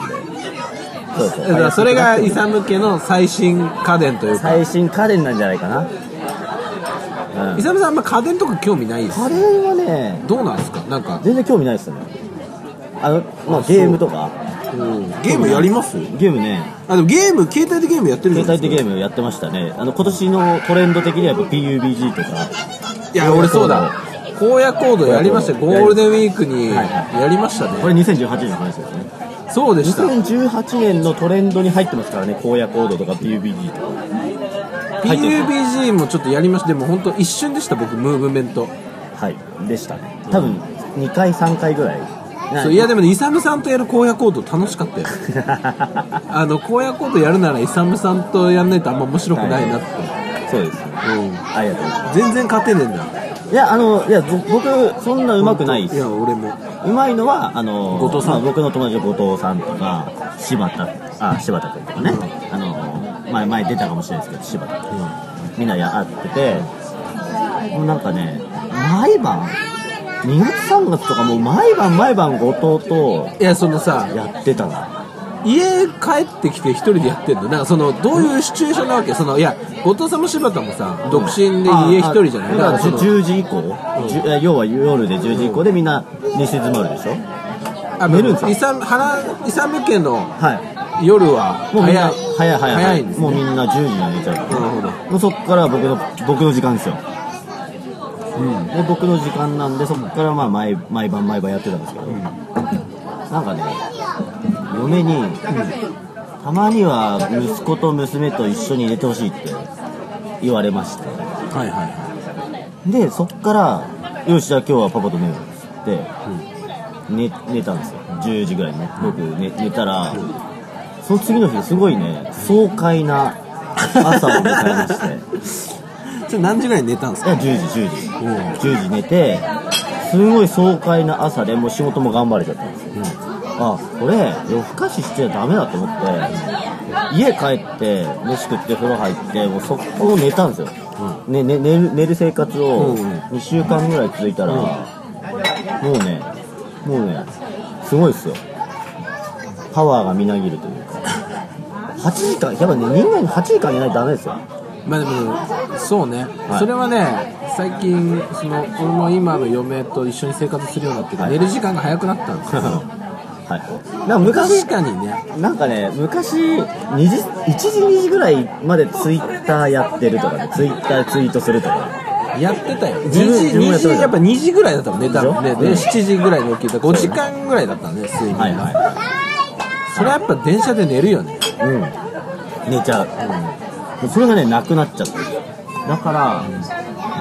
S2: そうそう。
S1: だからそれが勇家の最新家電というか
S2: 最新家電なんじゃないかな。うん。
S1: 勇さんあんま家電とか興味ないです
S2: 家電はね、
S1: どうなんですかなんか、
S2: 全然興味ないですよねあの、まあ、ゲームとか
S1: ゲームやります
S2: ゲームね
S1: あでもゲーム携帯でゲームやってるじゃ
S2: 携
S1: ないです
S2: 帯で
S1: か
S2: ゲームやってましたねあの今年のトレンド的にはやっぱ PUBG とか
S1: いや俺そうだ荒野行動やりましたよゴールデンウィークに
S2: はいは
S1: やりましたね、
S2: これ2018年の話ですね
S1: そうでした
S2: 2018年のトレンドに入ってますからね荒野行動とか PUBG とか入ってる
S1: PUBG もちょっとやりましたでも本当一瞬でした僕ムーブメント
S2: はいでしたね多分2回3回ぐらい
S1: そういやでもね勇さんとやる荒野行動楽しか ったよあの荒野行動やるなら勇さんとやんないとあんま面白くないなって、
S2: そうですね
S1: うん
S2: ありがとうございます
S1: 全然勝てねえんだ
S2: いや、あの、いや、ぼ僕、そんな上手くないです
S1: いや俺も
S2: うまいのはあの
S1: 後藤さん
S2: まあ僕の友達の後藤さんとか柴田あ柴田君とかね、あの前前出たかもしれないですけど柴田君、みんなやっててもうなんかね毎晩2月3月とかもう毎晩毎晩後藤と
S1: いやそのさ
S2: やってたな
S1: 家帰ってきて一人でやってんのなんかそのどういうシチュエーションなわけそのいや後藤さんも柴田もさ独身で家一人じゃないだから
S2: だか
S1: らその
S2: 10時以降、じゅえ要は夜で10時以降でみんな寝静まるでしょ
S1: あ
S2: 寝るんですか
S1: イサム原イサム家の
S2: はい
S1: 夜は
S2: もうみんな
S1: 早い
S2: 早い早い
S1: 早いんですね
S2: もうみんな10時には寝ちゃう
S1: なるほど
S2: もうそこから僕の僕の時間ですよ、で僕の時間なんでそこからまあ毎毎晩毎晩やってたんですけど、なんかね嫁に、たまには息子と娘と一緒に寝てほしいって言われまして
S1: はいはいは
S2: でそこからよしじゃあ今日はパパと寝るって、寝寝たんですよ10時ぐらいにね僕寝寝たら、その次の日すごいね爽快な朝を迎えまして
S1: いそれ何時ぐらいに寝たんです
S2: い
S1: か
S2: や10時10時
S1: うん
S2: 10時寝てすごい爽快な朝でもう仕事も頑張れちゃったんですよ、あこれ夜更かししちゃダメだと思って家帰って飯食って風呂入ってもう速攻寝たんですよ、ねね寝る寝る生活を
S1: うん
S2: 2週間ぐらい続いたら、もうねもうねすごいですよパワーがみなぎるというか8時間やっぱね人間8時間寝ないとダメ ですよ
S1: まあでもそうね、
S2: い
S1: それはね最近その俺も今の嫁と一緒に生活するようになってから、
S2: はい
S1: 寝る時間が早くなったんですよ
S2: はいなんか昔
S1: 確かにね
S2: なんかね、昔、2時、1時、2時ぐらいまでツイッターやってるとかね、ツイッターツイートするとか、
S1: やってたよ2
S2: 自分自
S1: 時
S2: 分も
S1: 2
S2: やって
S1: 時
S2: た
S1: やっぱ2時ぐらいだったもんね多分ね
S2: でしょう
S1: で
S2: ん
S1: 7時ぐらいに起きて5時間ぐらいだったんで睡眠が、
S2: はいは
S1: それはやっぱ電車で寝るよね
S2: い、うん、寝ちゃう、もうそれがね、なくなっちゃってるだから、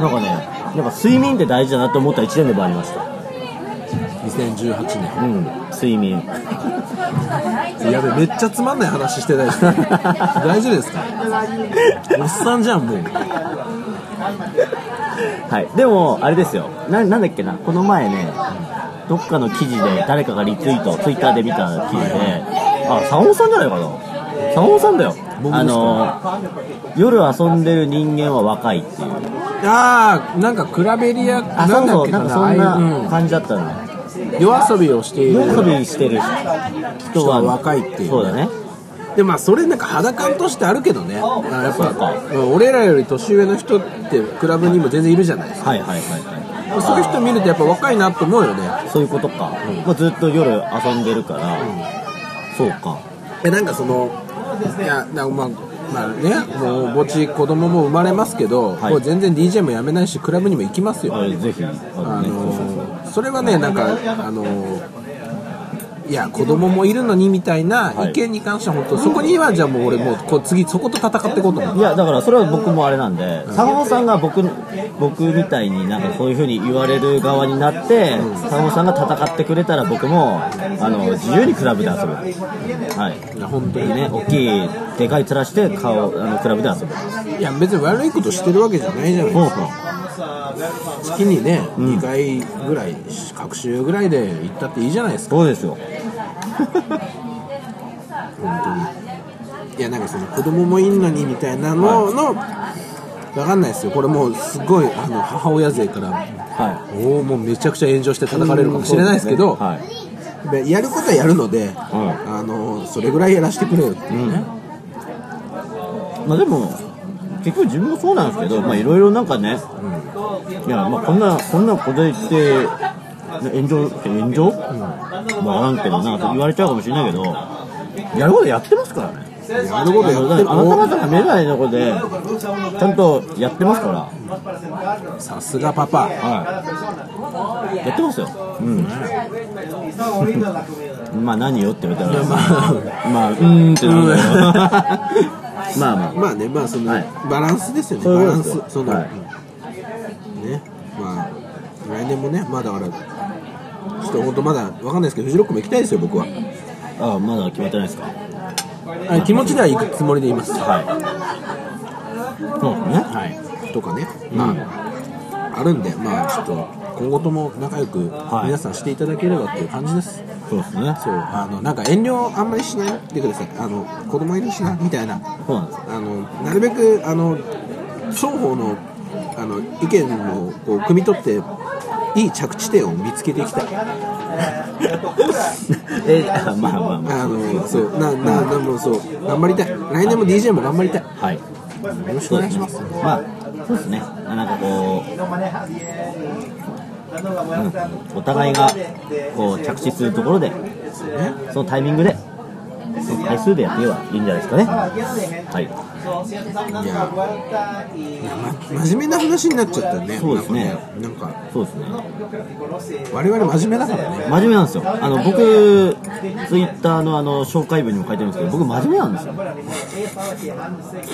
S2: なんかね、やっぱ睡眠って大事だなと思った1年でもありました、
S1: 2018年
S2: うん、睡眠、
S1: やべめっちゃつまんない話してないです 大丈夫ですかおっさんじゃんもう
S2: はい、でも、あれですよな、なんだっけな、この前ね、どっかの記事で、誰かがリツイート、ツイッターで見た記事で、あ、サオンさんじゃないかな、サオンさんだよ、
S1: 僕ですか
S2: あの夜遊んでる人間は若いっていう、
S1: ああなんかクラベリア
S2: あ、
S1: な
S2: そ
S1: ん
S2: う
S1: だっ
S2: そう、
S1: け
S2: な
S1: か
S2: ん
S1: な
S2: かそん
S1: ああいうう
S2: なん感じだったの、
S1: 夜遊びをしている
S2: 夜遊びしてる人は
S1: 若いっていう
S2: そうだね、
S1: でまあそれなんか肌感としてあるけどねあやっ
S2: そうか
S1: ぱうん俺らより年上の人ってクラブにも全然いるじゃないですか
S2: はいはいはいはい。
S1: そういう人見るとやっぱ若いなと思うよね
S2: そういうことか、まあ、ずっと夜遊んでるから、そうか
S1: えなんかそのいやなまあまあねもうぼち子供も生まれますけど、
S2: はい
S1: もう全然 DJ もやめないしクラブにも行きますよ、
S2: あぜひあの
S1: あ
S2: ねそうそうそう
S1: のそれはねなんかあのいや子供もいるのにみたいな
S2: は
S1: 意
S2: い
S1: 見に関しては本当そこにはじゃあもう俺もうこう次そこと戦っていこうと思う
S2: いやだからそれは僕もあれなんで、坂本さんが僕僕みたいになんかそういう風に言われる側になって、坂本さんが戦ってくれたら僕もあの自由にクラブで遊ぶ、はい
S1: いや本当に
S2: ね
S1: ね
S2: 大きいでかい面して顔あのクラブで遊ぶ
S1: いや別に悪いことしてるわけじゃないじゃないですか月にね2回ぐらい隔週ぐらいで行ったっていいじゃないですか
S2: そうですよ
S1: 本当にいやなんかその子供もいんのにみたいなのの分かんないですよこれもうすごいあの母親勢から
S2: は
S1: おおもうめちゃくちゃ炎上して
S2: い
S1: 叩かれるかもしれないですけど
S2: はい
S1: でやることはやるので、あのそれぐらいやらせてくれよっていうね、
S2: まあでも結局自分もそうなんですけどまあいろいろなんかね、いやまあこんなこんなこと言ってね炎上炎上、まあわからんけどなんか言われちゃうかもしれないけどやることやってますからね
S1: やることやってる
S2: あなた方が見えないとこでちゃんとやってますから
S1: おさすがパパ
S2: はいやってますようんまあ何よって言われたら
S1: まあ
S2: まあうーんって なるんだけどまあまあ
S1: まあねまあその、
S2: はい
S1: バランスですよね
S2: そう
S1: バ
S2: いう
S1: ラン
S2: ことですよ
S1: スその、
S2: はい
S1: ねまあ来年もねまあだからちょっと本当まだ分かんないですけどフジロックも行きたいですよ僕は
S2: ああまだ決まってないですか
S1: あ気持ちでは行くつもりでいます
S2: はい。そうですね。
S1: はい、とかね、まああるんで、まあ、ちょっと今後とも仲良く
S2: はい
S1: 皆さんしていただければっていう感じです。
S2: そうですね
S1: そうあのなんか遠慮あんまりしないでくださいあの子供いるしなみたいな
S2: そうなんです
S1: あのなるべくあの双方のあの意見をこう汲み取っていい着地点を見つけていきたい
S2: えあまあまあま
S1: あのそうなななもうそう頑張りたい来年も DJ も頑張りたいよ
S2: あはい
S1: ろしくお願いします
S2: まあそうですねなんかこうなんかこうお互いがこう着地するところで
S1: ね
S2: そのタイミングでその回数でやってればいいんじゃないですかねはい
S1: いやいや、ま、真面目な話になっちゃったね
S2: そうですね
S1: なんかね
S2: そうですね
S1: なんか我々真面目だからね
S2: 真面目なんですよあの僕ツイッターのあの紹介文にも書いてるんですけど僕真面目なんですよ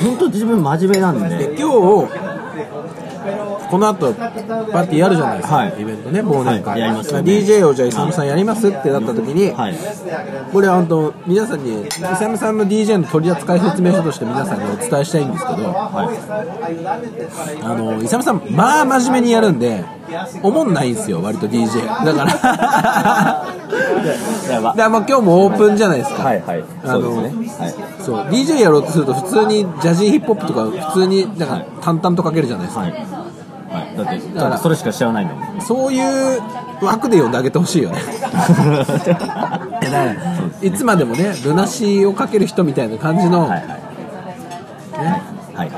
S2: 本当自分真面目なん
S1: で
S2: で
S1: 今日この後パーティーやるじゃないですか、
S2: はい
S1: イベントね忘年会、
S2: はいやりますよね
S1: DJ をじゃあイサムさんやりますってなった時に、
S2: はい
S1: これは本当皆さんにイサムさんの DJ の取り扱い説明書として皆さんにお伝えしたいんですけど、あのイサムさんまあ真面目にやるんで思んないんですよ割と DJ だからだか
S2: やば
S1: らまあ今日もオープンじゃないですか、
S2: はいはい
S1: あの
S2: そうですねは
S1: そう DJ やろうとすると普通にジャジーヒップホップとか普通になんか淡々とかけるじゃないですか、
S2: いはい、はい、だって
S1: だから
S2: だってそれしか知らないんだもん
S1: そういう枠で呼んであげてほしいよねいやだから
S2: そうです
S1: いつまでもねルナシーをかける人みたいな感じの、
S2: はい
S1: ね
S2: はいは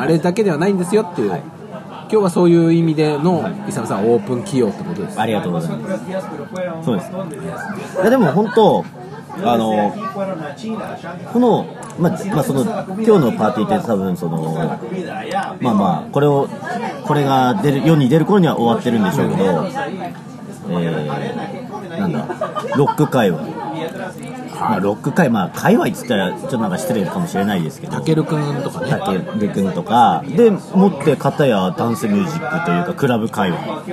S1: あれだけではないんですよっていう、
S2: はい
S1: 今日はそういう意味でのイサムさんオープン起用ってことです
S2: いありがとうございますそうですいやでも本当あのこの、まあ、まあその今日のパーティーって多分そのまあまあこれをこれが出る世に出る頃には終わってるんでしょうけど、えー、なんだロック界は、まあ、ロック界まあ界隈っつったらちょっとなんか失礼かもしれないですけど
S1: たけるくんとかね
S2: 竹部君とかでもって片やダンスミュージックというかクラブ界隈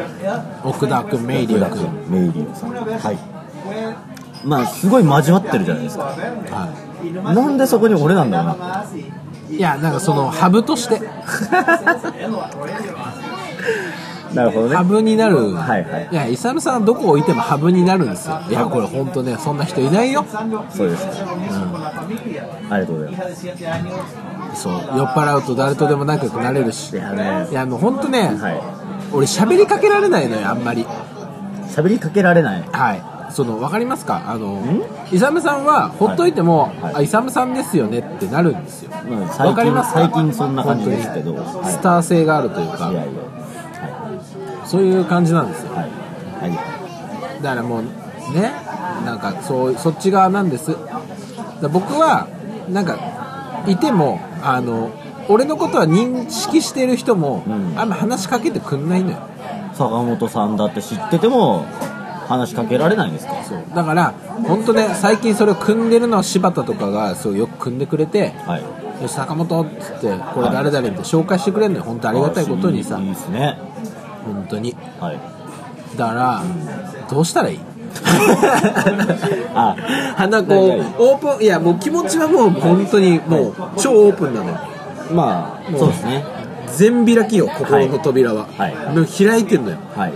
S1: 奥田くんメイリーくん、は、
S2: メイリーさんはいまあすごい交わってるじゃないですかなんでそこに俺なんだろうない
S1: いやなんかそのハブとして
S2: なるほど
S1: ハブになる、
S2: はいはい
S1: やイサムさんはどこを置いてもハブになるんですよいやこれ本当ねそんな人いないよ
S2: そうですか、ありがとうございます
S1: そう酔っ払うと誰とでも仲良くなれるし
S2: いやね
S1: いやもう本当ね、
S2: は
S1: 俺喋りかけられないのよあんまり
S2: い喋りかけられない
S1: はいその分かりますかあのイサムさんはほっといても、
S2: はい
S1: あイサムさんですよねってなるんですよ
S2: まあ最近
S1: わかりますか
S2: 最近そんな感じですけど
S1: 本当に
S2: はい
S1: スター性があるというか
S2: いやいやは
S1: そういう感じなんですよ
S2: いはいは
S1: だからもうねなんかそうそっち側なんですだから僕はなんかいてもあの俺のことは認識してる人も、
S2: うん
S1: あんま話しかけてくんないのよ
S2: い坂本さんだって知ってても話しかけられないんですか
S1: そうだから本当ね最近それを組んでるのは柴田とかがそうよく組んでくれて
S2: はい
S1: 「よし坂本」っつって「これ誰々」って紹介してくれるのよ本当ありがたいことにさ
S2: いいですね
S1: 本当に
S2: はい
S1: だからどうしたらいい
S2: あ
S1: 花こう
S2: いやいや
S1: オープンいやもう気持ちはもう本当にもう超オープンなのよ
S2: まあそうですね
S1: 全開きよ心の扉は、
S2: はいは
S1: もう開いてんのよ
S2: はい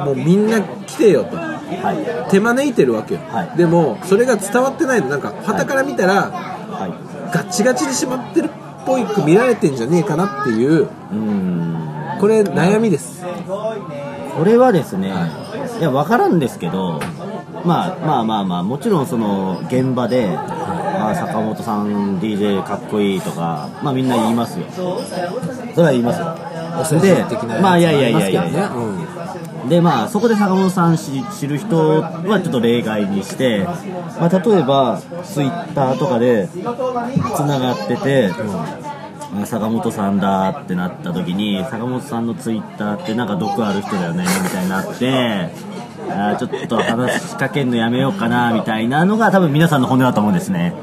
S1: もうみんな来てよと
S2: はい
S1: 手招いてるわけよ、
S2: はい
S1: でもそれが伝わってないのなんか旗から見たら、
S2: は
S1: ガッチガチにしまってるっぽく見られてんじゃねえかなっていう
S2: いうーん
S1: これ悩みです
S2: これはですね、、
S1: はい
S2: や分からんですけどまあまあまあまあもちろんその現場で、まあ、坂本さん DJ かっこいいとかまあみんな言いますよそれは言いますよでまあいやいやいやいやいやでまあそこで坂本さん知知る人はちょっと例外にして、まあ、例えばツイッターとかでつながってて、あ坂本さんだってなった時に坂本さんのツイッターってなんか毒ある人だよねみたいになってあーちょっと話しかけんのやめようかなみたいなのが多分皆さんの本音だと思うんですね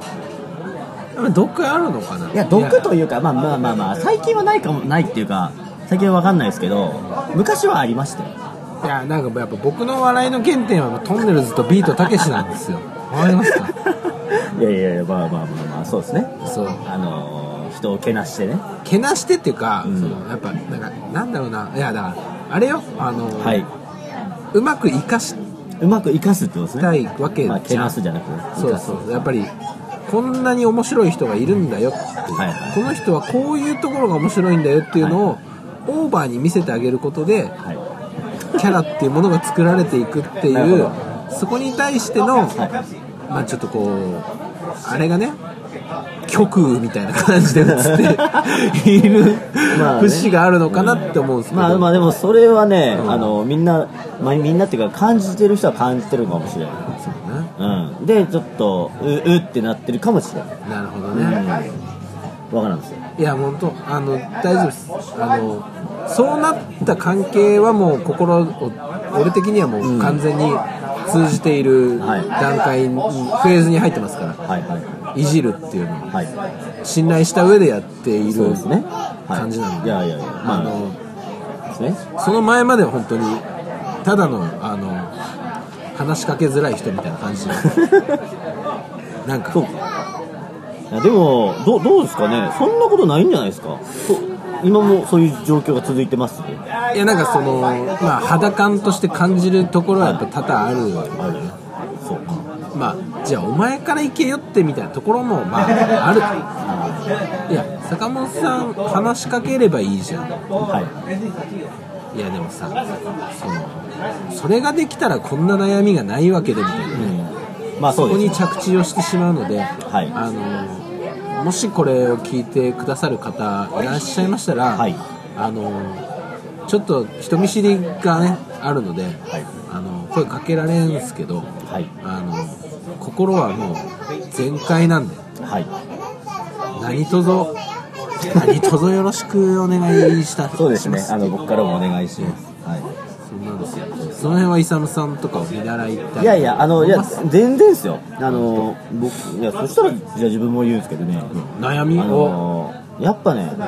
S1: うん毒あるのかない
S2: いや毒というかまあまあまあまあ最近はないかもないっていうか最近は分かんないですけど昔はありましたよ
S1: いやなんかやっぱ僕の笑いの原点はもうトンネルズとビートたけしなんですよわかりますか
S2: いやいやいやまあまあまあまあそうですね
S1: そう
S2: あのー一人をけなしてね
S1: けなしてっていうか、そのやっぱなんかなんだろうないやだからあれよあの、
S2: はいう
S1: まく生かし
S2: うまく生かすってことですね
S1: たいわけじ
S2: ま
S1: ゃ
S2: あ
S1: ん
S2: けなすじゃなくて
S1: そうそうやっぱりこんなに面白い人がいるんだよっていう、
S2: はいはい
S1: この人はこういうところが面白いんだよっていうのを、オーバーに見せてあげることで
S2: はい
S1: キャラっていうものが作られていくってい
S2: なるほ
S1: う
S2: ど
S1: そこに対しての、まあちょっとこうあれがね極右みたいな感じで映っている
S2: まあね
S1: 節があるのかなって思うんですけど、
S2: まあまあでもそれはね、
S1: うん
S2: あのみんな、まあ、みんなっていうか感じてる人は感じてるかもしれない
S1: そうね
S2: うん、でちょっとううってなってるかもしれない、
S1: なるほど
S2: う
S1: ね、
S2: ん、わからんですよ
S1: いや本当あの大丈夫ですあのそうなった関係はもう心を俺的にはもう完全に通じている
S2: はい
S1: 段階に、フェーズに入ってますから
S2: はいはい
S1: じるっていうのを
S2: いはい
S1: 信頼した上でやってい
S2: そう
S1: る
S2: ですね、はい、
S1: 感じなの
S2: い
S1: で、
S2: やいやいやまあ
S1: あ
S2: あの
S1: の
S2: ですね
S1: その前までは本当にただのあの話しかけづらい人みたいな感 じなんか
S2: そうかいやでもどうどうですかねそんなことないんじゃないですかそう今もそういう状況が続いてますあ
S1: いやなんかその、まあ、肌感として感じるところはやっぱ多々ある
S2: るそうか
S1: まあ、じゃあお前から行けよってみたいなところも、まあ、あるいや坂本さん話しかければいいじゃん
S2: は
S1: い
S2: い
S1: やでもさそのそれができたらこんな悩みがないわけでみたいな、
S2: まあそ
S1: そうこ
S2: です
S1: に
S2: ね
S1: 着地をしてしまうので、
S2: い
S1: あのもしこれを聞いてくださる方いらっしゃいましたら、
S2: はい
S1: あのちょっと人見知りが、ね、あるので、
S2: い
S1: あの声かけられんすけど、
S2: はい
S1: あの心はもう全開なんで
S2: はい
S1: 何 卒何卒よろしくお願いした
S2: そうです
S1: しま
S2: ねあの僕からもお願いしますはい
S1: そんなんですよその辺はイサムさんとかを見習いたい
S2: いやいや、あの、い
S1: 思
S2: や
S1: ます、
S2: 全然ですよ。あの、僕、いや、そしたら、じゃあ自分も言うんですけどね。
S1: 悩
S2: あ
S1: みを、
S2: の、やっぱね、う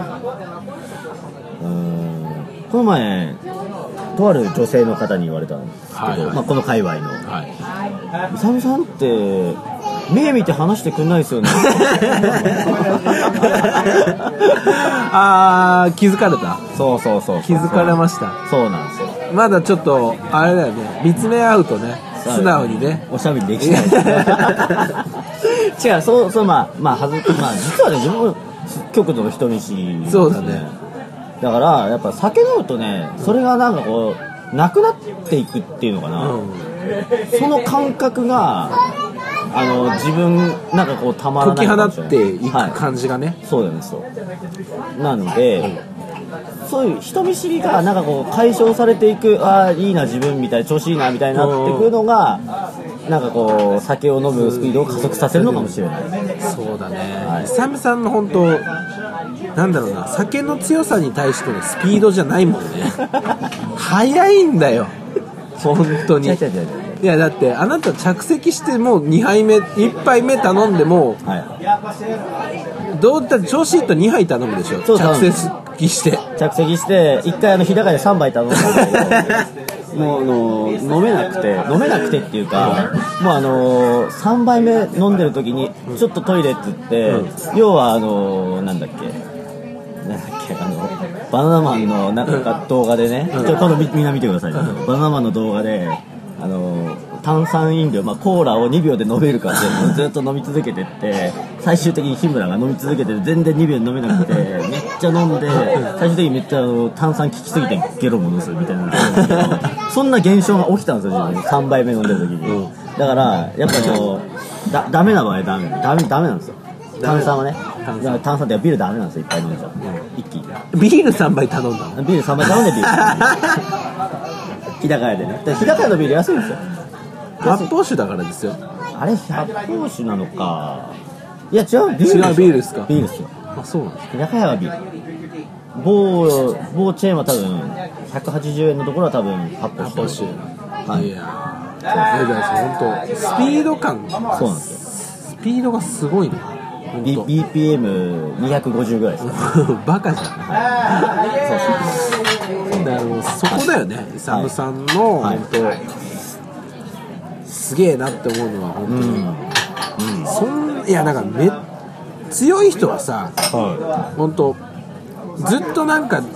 S2: ーん、この前、とある女性の方に言われたんですけど、
S1: はいはい
S2: まあ、この界隈の、
S1: はい
S2: イサムさんって、目見て話してくんないですよね。
S1: あー気づかれた
S2: そうそう そう。
S1: 気づかれました
S2: そうなんですよ。
S1: まだちょっとあれだよね見つめ合うとね素直にね
S2: おしゃべりでき ない違うそうそうまあまあはずまあ実はね自分も極度の人見知りなんです
S1: そうだね
S2: だからやっぱ酒飲むとねそれがなんかこうなくなっていくっていうのか
S1: う
S2: な、
S1: ん
S2: その感覚があの自分なんかこうたまらな
S1: 解
S2: い
S1: き
S2: か
S1: 放
S2: も
S1: っ
S2: しれない
S1: ていく
S2: はい、
S1: 感じがね
S2: そうなんですよなので、そういう人見知りがなんかこう解消されていくああいいな自分みたいな調子いいなみたいになってくのがなんかこう酒を飲むスピードを加速させるのかもしれない
S1: そうだ
S2: は
S1: ね
S2: い
S1: イサムさんの本当なんだろうな酒の強さに対してのスピードじゃないもん ね早いんだよ本当に
S2: 違う
S1: い
S2: 違う違う
S1: やだってあなた着席してもう2杯目1杯目頼んでも
S2: はい、
S1: どうだって調子いいと2杯頼むでしょ
S2: そう頼
S1: 着
S2: む
S1: 席して
S2: 着席して1回あの日高屋で3杯頼んだんだけど もうあの飲めなくて飲めなくてっていうかもうあの3杯目飲んでる時にちょっとトイレって言って、要はあのなんだっけなんだっけあのバナナマンのなんかが動画でね、ちょっと今度みみんな見てください、バナナマンの動画であの炭酸飲料、まあ、コーラを2秒で飲めるかっていうのをずっと飲み続けてって最終的に日村が飲み続けて全然2秒で飲めなくてめっちゃ飲んで最終的にめっちゃあの炭酸効きすぎてゲロ戻すみたいなのがあるんですけどそんな現象が起きたんですよ自分3杯目飲んでる時に、だからやっぱあのだダメな場合はダメダメダメなんですよ炭酸はね
S1: 炭酸
S2: だから炭酸ってビールダメなんですよいっぱい飲んじゃう、一気に
S1: ビール3杯頼んだの
S2: ビール3杯頼んでビール日高屋でねで日高屋のビール安いんですよ
S1: 発泡酒だからですよ
S2: あれ発泡酒なのかいや違うビール
S1: 違うビールっすか
S2: ビールっすよ
S1: あそうなんです
S2: 日高屋はビール某某チェーンは多分180円のところは多分発
S1: アポ
S2: 泡
S1: シ
S2: 酒
S1: ュ、
S2: はいい
S1: やーいや本当スピード感
S2: そうなんですよ
S1: スピードがすごいね
S2: B-
S1: 本
S2: BPM250 ぐらいです
S1: 当バカじゃんだからもうそこだよねイサムさんの、
S2: はい
S1: 本当、すげえなって思うのは本当に、そんいやなんかめ強い人はさ
S2: は
S1: 本当ずっとなんかずっ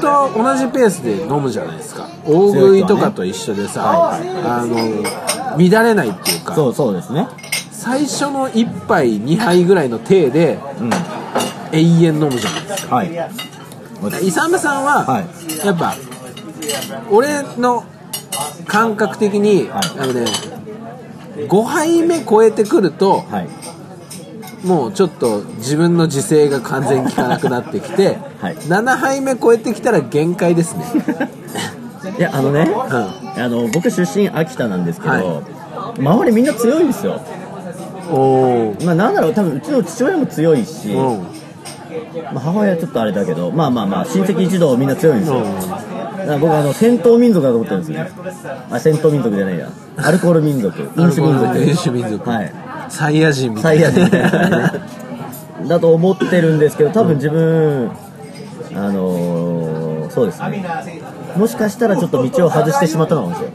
S1: と同じペースで飲むじゃないですか大食いとかと一緒でさ、あの乱れないっていう
S2: い
S1: か
S2: そうそうですね
S1: 最初の1杯2杯ぐらいの体で
S2: うん
S1: 永遠飲むじゃないですか
S2: はい
S1: イサムさんは、
S2: はい
S1: やっぱ俺の感覚的に、
S2: はい
S1: あのね5杯目超えてくると
S2: はい
S1: もうちょっと自分の自制が完全に効かなくなってきて、
S2: はい
S1: 7杯目超えてきたら限界です ね、
S2: いやあのね
S1: う
S2: あの僕出身秋田なんですけど、
S1: は
S2: 周りみんな強いんですよ、
S1: ん、おお
S2: まあ、なんだろう多分うちの父親も強い
S1: う
S2: し、
S1: ん
S2: まあ、母親はちょっとあれだけどまあまあまあ親戚一同みんな強いんですよ、
S1: うん
S2: だから僕あの戦闘民族だと思ってるんですねあ戦闘民族じゃないや アルコール民族飲酒民族
S1: 飲酒民族
S2: はい
S1: サイヤ人みた
S2: サ
S1: い
S2: イ
S1: な
S2: ヤ人みたいな感じねだと思ってるんですけど多分自分あのー、そうですねもしかしたらちょっと道を外してしまったのかもしれな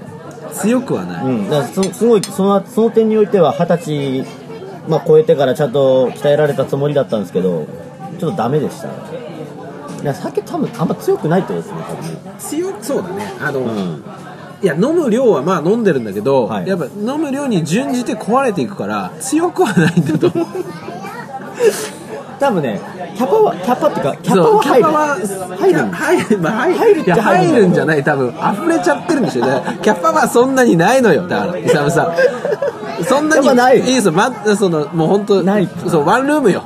S2: い
S1: 強くはない、
S2: うん、だからそすごいそのその点においては二十歳、まあ、超えてからちゃんと鍛えられたつもりだったんですけどちょっとダメでしたねいや酒多分あんま強くないってことですね
S1: 強くそうだねあの、
S2: 多分、
S1: いや飲む量はまあ飲んでるんだけど、
S2: はい
S1: やっぱ飲む量に準じて壊れていくから強くはないんだ と思う
S2: 多分ねキャパはキャパっていうかキャパ
S1: そう
S2: は
S1: キ
S2: 入
S1: ャ
S2: る
S1: パは
S2: 入る
S1: 入る,、まあ、
S2: 入
S1: 入
S2: る
S1: る
S2: っ
S1: い
S2: ちゃ
S1: や
S2: 入る
S1: 入るんじゃない多分溢れちゃってるんでしょだからキャパはそんなにないのよだから勇さんそんなに
S2: キャパない
S1: いですよ、ま、そのもう本当
S2: ない
S1: そうワンルームよ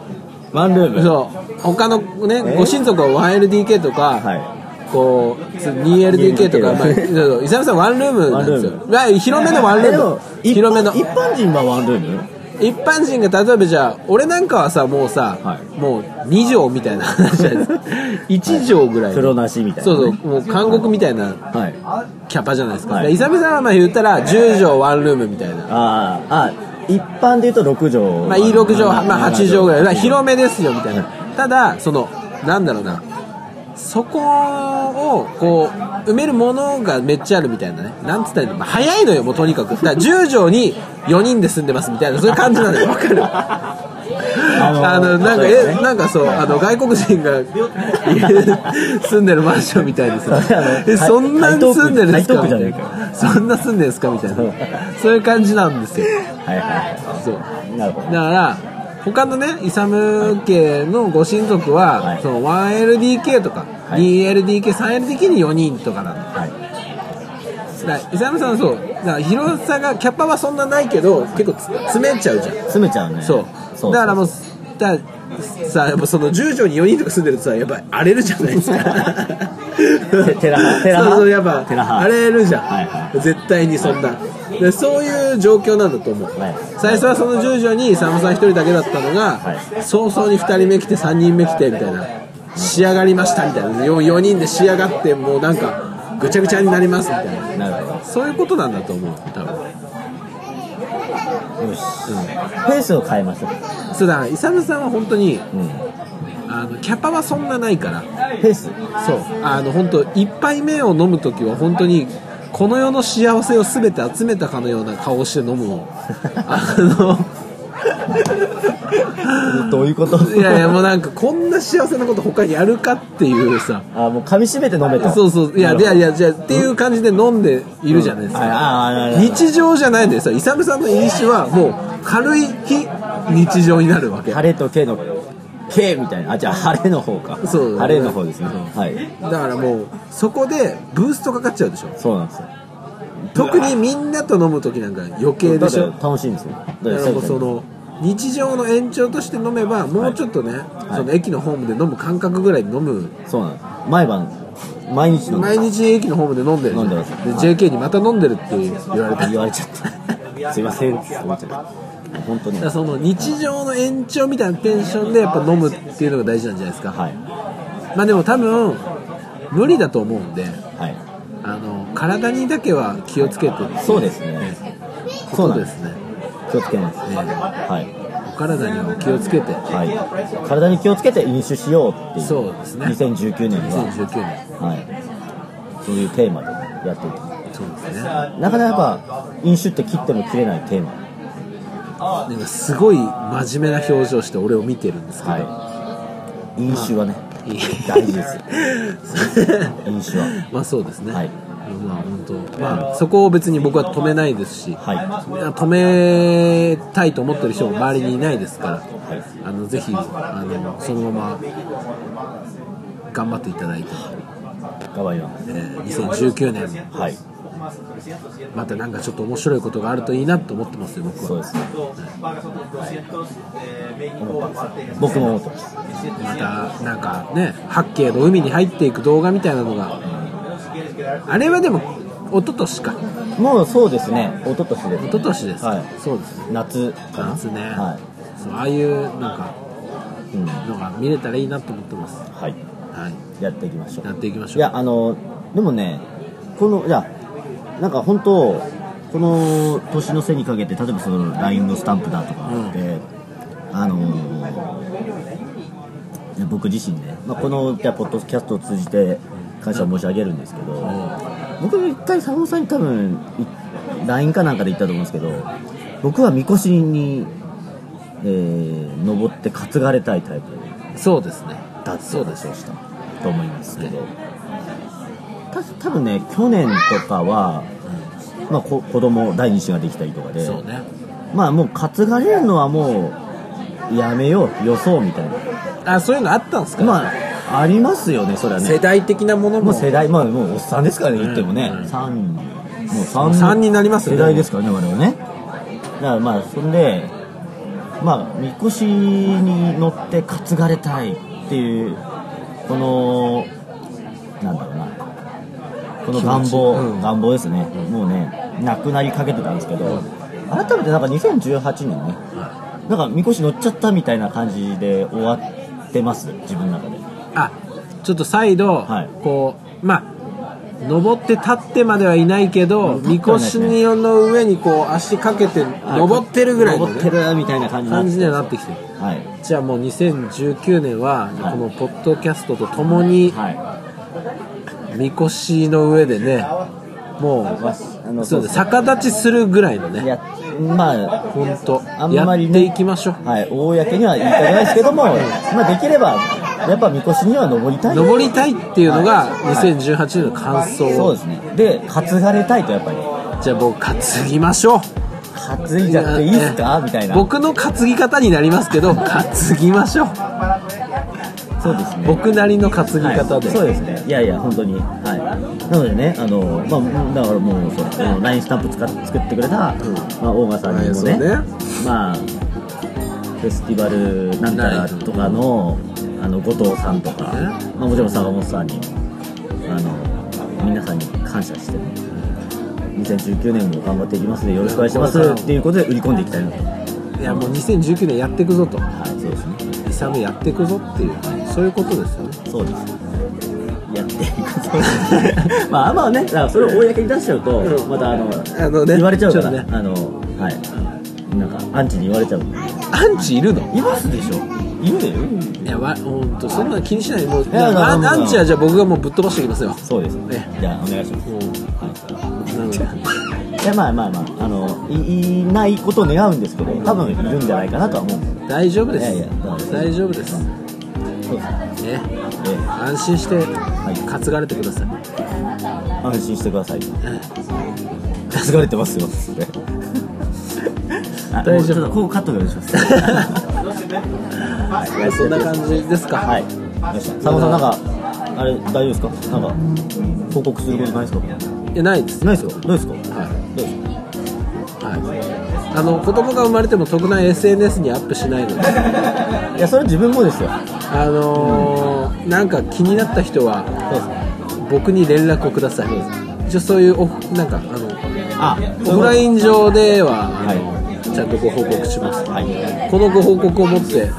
S2: ワンルーム
S1: そう他のね、
S2: え
S1: ご親族は 1LDK とか、
S2: は
S1: こう 2LDK とか、まあ、そうそう勇さんワンルームなんです
S2: ワンル
S1: よまあ広めのワンル
S2: で
S1: ー
S2: も
S1: ム広めの
S2: 一般一般人はワンルーム
S1: 一般人が例えばじゃあ俺なんかはさもうさ、
S2: はい
S1: もう2畳みたいな話じゃないですか1 畳ぐらいの、
S2: 黒なしみたいな
S1: そ
S2: ね、
S1: うそうもう韓国みたいな
S2: はい
S1: キャパじゃないですか、
S2: はい
S1: でイサベさんはまあ言ったら10畳ワンルームみたいな
S2: あーあ一般で言うと6畳
S1: まあいい6畳、
S2: 7
S1: まあ、8畳ぐらいだから広
S2: め
S1: めですよみたいなただそのなんだろうなそこをこう埋めるものがめっちゃあるみたいなねなんつったらいいの、まあ、早いのよもうとにかくだから10畳に4人で住んでますみたいなそういう感じなのよわかる
S2: あの
S1: あのなんか、
S2: そうです
S1: え
S2: ね
S1: なんかそうあの外国人 が住んでるマンションみたいですね
S2: あの
S1: えそんなに住んでるんですか
S2: 台
S1: みた
S2: 東区
S1: いなそんな住んでるんですかみたいなそういう感じなんですよ
S2: はいは
S1: そう
S2: いなるほ
S1: だから他のね勇家のご親族は、
S2: はい
S1: その 1LDK とか、
S2: はい
S1: 2LDK3LDK に4人とかなんだ
S2: どはい
S1: だから勇さんはそうだから広さがキャパはそんなないけど結構つ詰めちゃうじゃん
S2: 詰めちゃうね
S1: そうだからもうださやっぱその10畳に4人とか住んでるとさやっぱ荒れるじゃない ですか
S2: テラハテラハ
S1: そうそうやっぱ
S2: テラハ
S1: 荒れるじゃん、
S2: はいは
S1: 絶対にそんなでそういう状況なんだと思う、
S2: はい
S1: 最初はその10畳にさんまさん1人だけだったのが、
S2: はい
S1: 早々に2人目来て3人目来てみたいな仕上がりましたみたいな 4, 4人で仕上がってもうなんかぐちゃぐちゃになりますみたいな
S2: なるほ
S1: そういうことなんだと思う多分
S2: どよし、ペースを変えましょう、
S1: そうだから勇さんは本当に
S2: うん、
S1: あのキャパはそんなないから
S2: ペース
S1: そうあの本当一杯目を飲む時は本当にこの世の幸せを全て集めたかのような顔をして飲むのあの
S2: どういうこと
S1: いやいやもうなんかこんな幸せなこと他にあるかっていうさ
S2: あもう噛み締めて飲めた
S1: そうそういや
S2: ないるほ
S1: やいやじゃあっていう感じで飲んでいるじゃないです
S2: ど
S1: か、
S2: ああなるほど
S1: 日常じゃないんですよ勇さんの飲酒はもう軽い日日常になるわけだ
S2: 晴れとけのけみたいなあじゃあ晴れの方か
S1: そう
S2: 晴れの方ですね、
S1: うん
S2: はい
S1: からもうそこでブーストかかっちゃうでしょ
S2: そうなんですよ
S1: 特にみんなと飲む時なんか余計でしょ
S2: だから楽しいんですよだから
S1: だからもう
S2: そ
S1: そう
S2: ですね
S1: の日常の延長として飲めばもうちょっとね、
S2: い
S1: その駅のホームで飲む感覚ぐらい飲む
S2: そうなんです毎晩毎日飲んで
S1: 毎日駅のホームで飲んでるじゃ
S2: 飲んで
S1: で
S2: ます
S1: JK にまた飲んでるって言われた
S2: 言われちゃ ったすいませんって思っちゃった本当
S1: だから
S2: ね
S1: その日常の延長みたいなテンションでやっぱ飲むっていうのが大事なんじゃないですか、
S2: はい
S1: まあでも多分無理だと思うんで
S2: はい
S1: あの体にだけは気をつけて
S2: そうですねそ
S1: そうう
S2: なん
S1: で
S2: です
S1: すね
S2: 気をつけます
S1: ええ
S2: はい
S1: お体には気をつけて
S2: はい、体に気をつけて飲酒しようっていう
S1: そうですね
S2: 2019年は、
S1: 2019年
S2: はい、そういうテーマでやっていきま
S1: そうですね
S2: すなかなかやっぱ飲酒って切っても切れないテーマ
S1: なんかすごい真面目な表情して俺を見てるんですけど、
S2: はい飲酒はね
S1: いい
S2: 大事ですよ飲酒は
S1: まあそうですね、
S2: はい
S1: まあ本当まあそこを別に僕は止めないですし、
S2: はいは
S1: 止めたいと思ってる人も周りにいないですから、
S2: い
S1: あのぜひあのそのまま頑張っていただいて、
S2: 頑張ります
S1: えー2019年
S2: はい
S1: またなんかちょっと面白いことがあるといいなと思ってますよ僕は
S2: そうですね僕も思ってます
S1: またなんかね八景の海に入っていく動画みたいなのがあれはでも一昨年か
S2: もうそうですね一昨年で
S1: 一
S2: す
S1: 昨年です、
S2: はい
S1: そうですね
S2: 夏かな
S1: 夏ね、
S2: は
S1: そうああいうなんか
S2: い、うん
S1: のが見れたらいいなと思ってます
S2: はい、
S1: はい
S2: やっていきましょう
S1: やっていきましょう
S2: いやあのでもねこのいやなんか本当この年の瀬にかけて例えばその LINE のスタンプだとかって、あのいや僕自身ね、まあ、このじゃあポッドキャストを通じて感謝を申し上げるんですけど、僕も一回佐野さんに多分い LINE かなんかで言ったと思うんですけど僕はみこしに、えー登って担がれたいタイプ
S1: そうですね
S2: だって
S1: そうです
S2: 話をしたと思いますけどた多分ね去年とかは、まあ、こ子供第二子ができたりとかで
S1: そうね
S2: まあもう担がれるのはもうやめようよそうみたいな
S1: あそういうのあったんですか、
S2: まあありますよねそれは
S1: 世
S2: ね
S1: 代的なもの
S2: も
S1: も
S2: う世代まあもうおっさんですからね言ってもね
S1: うん
S2: 三もう三
S1: 三になりますよね
S2: 世代ですからね我々ねだからまあそんでまあみこしに乗って担がれたいっていうこのなんだろうなこの願
S1: 気持
S2: 望、
S1: ちうん
S2: 願望ですね、もうねなくなりかけてたんですけど、改めてなんか2018年ね、なんかみこし乗っちゃったみたいな感じで終わってます自分の中で
S1: あちょっと再度、
S2: はい
S1: こうまあ登って立ってまではいないけど
S2: うん立
S1: み
S2: っては
S1: こ
S2: ないで
S1: し
S2: すね
S1: の上にこう足かけて登ってるぐらいの、
S2: 登って
S1: ね、
S2: るみたいな感じ
S1: 感じには
S2: な
S1: な
S2: っ
S1: っててきてる
S2: きてはい
S1: じゃあもう2019年は
S2: はい
S1: このポッドキャストとともに
S2: は
S1: みこしの上でねも
S2: まああの
S1: うそうです逆立ちするぐらいの
S2: いい
S1: ね
S2: やまあ
S1: 本当
S2: あん
S1: や
S2: ま
S1: っ
S2: りね
S1: ていきましょう
S2: はい公には言いたくないですけども、まあ、できればやっぱみこしには登りたい
S1: 登りたいっていうのが
S2: はい
S1: 2018年の感想、
S2: そうですねで担がれたいとやっぱり
S1: じゃあ僕担ぎましょう
S2: 担いじゃっていいですかみたいな
S1: 僕の担ぎ方になりますけど担ぎましょう
S2: そうですね
S1: 僕なりの担ぎ方で、
S2: はいそうですねいやいや本当にはいなのでねあのまあだからもうそうこの LINE スタンプ使っ作ってくれた、まあ、大賀さんにもね
S1: はい
S2: まあフェスティバルなんたらとかのあの後藤さんとか、
S1: ね
S2: まあ、もちろん坂本さんにもあの皆さんに感謝して、ね、2019年も頑張っていきますのでよろしくお願いしますっていうことで売り込んでいきたいなとはい
S1: やもう2019年やっていくぞと
S2: いそうですね
S1: イサムやっていくぞっていうそういうことですよね
S2: そうですやっていくぞ まあまあねだからそれを公に出しちゃうと、
S1: うん
S2: またあの
S1: あのね
S2: 言われちゃうから
S1: ちょっとね
S2: あのはいなんかアンチに言われちゃうんで
S1: アンチいるの
S2: いますでしょいるよ
S1: いやわほんとそんな気にしないでもう
S2: や
S1: いやアン
S2: まあまあ
S1: アンチはじゃあ僕がもうぶっ飛ばしていきますよ
S2: そうです
S1: ね
S2: じゃあお願いします
S1: もう
S2: は
S1: なので
S2: いいやまあまあまああのいいないことを願うんですけど多分いるんじゃないかなとは思うんで
S1: 大丈夫で
S2: いやいやまあ
S1: す大丈夫です
S2: そうですね
S1: ね
S2: ええ
S1: 安心して
S2: い
S1: 担がれてください
S2: 安心してください担がれてますよつってあ
S1: 大丈夫
S2: もうちょっとここカットでお願いします
S1: いやそんな感じですか
S2: はいよっしゃ佐野さんなんかあれ大丈夫ですかなんか報告することないですか
S1: いやないです
S2: ないですかどうですか
S1: はい
S2: どうですか
S1: はい、あの子供が生まれても特段 SNS にアップしないので、
S2: いやそれは自分もですよ
S1: あのーなんか気になった人は
S2: そうです
S1: 僕に連絡をください一応そういうオフなんかあの
S2: あ
S1: オフライン上では、あの
S2: は
S1: ちゃんとご報告します
S2: はい
S1: このご報告をもって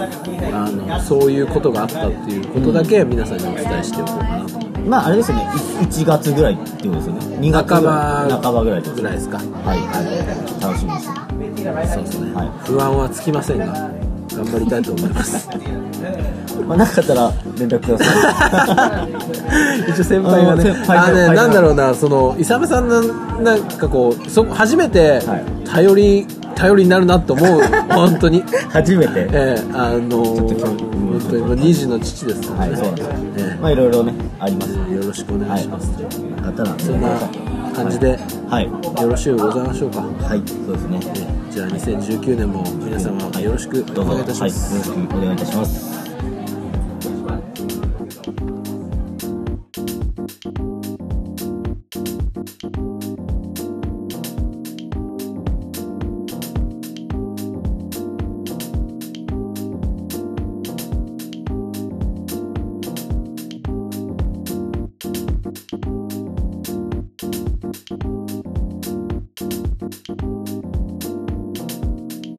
S1: あのそういうことがあったっていうことだけ皆さんにお伝えしておこうかなと
S2: まああれですよねい1月ぐらいってことですよね2月
S1: 半
S2: ぐらい
S1: ば
S2: 半ばぐらいってこと
S1: ぐ
S2: で
S1: らい
S2: す
S1: で
S2: ね
S1: すか
S2: はい、はい、楽しみです
S1: そうですね、
S2: はい
S1: 不安はつきませんが頑張りたいと思います
S2: まあなかったら連絡ください
S1: 一応先輩がね
S2: う
S1: あね
S2: ん先輩が先輩が
S1: なんだろうなその勇さんのなんかこうそ初めて
S2: はい
S1: 頼り頼りになるなと 思う本当に
S2: 初めて
S1: ええあのー、
S2: ちょっと興味
S1: 本当にもう2児の父ですか
S2: は
S1: ら
S2: い
S1: ね、
S2: そうなんです、
S1: え
S2: まあいろいろねあります
S1: えよろしくお願いします、
S2: はい、よかったら
S1: そんな感じで
S2: はい
S1: よろしゅうございましょうか、
S2: はいそうですね
S1: じゃあ2019年も皆様よろしく
S2: ど
S1: お
S2: うぞ
S1: 願いいたします、
S2: はい、よろしくお願いいたします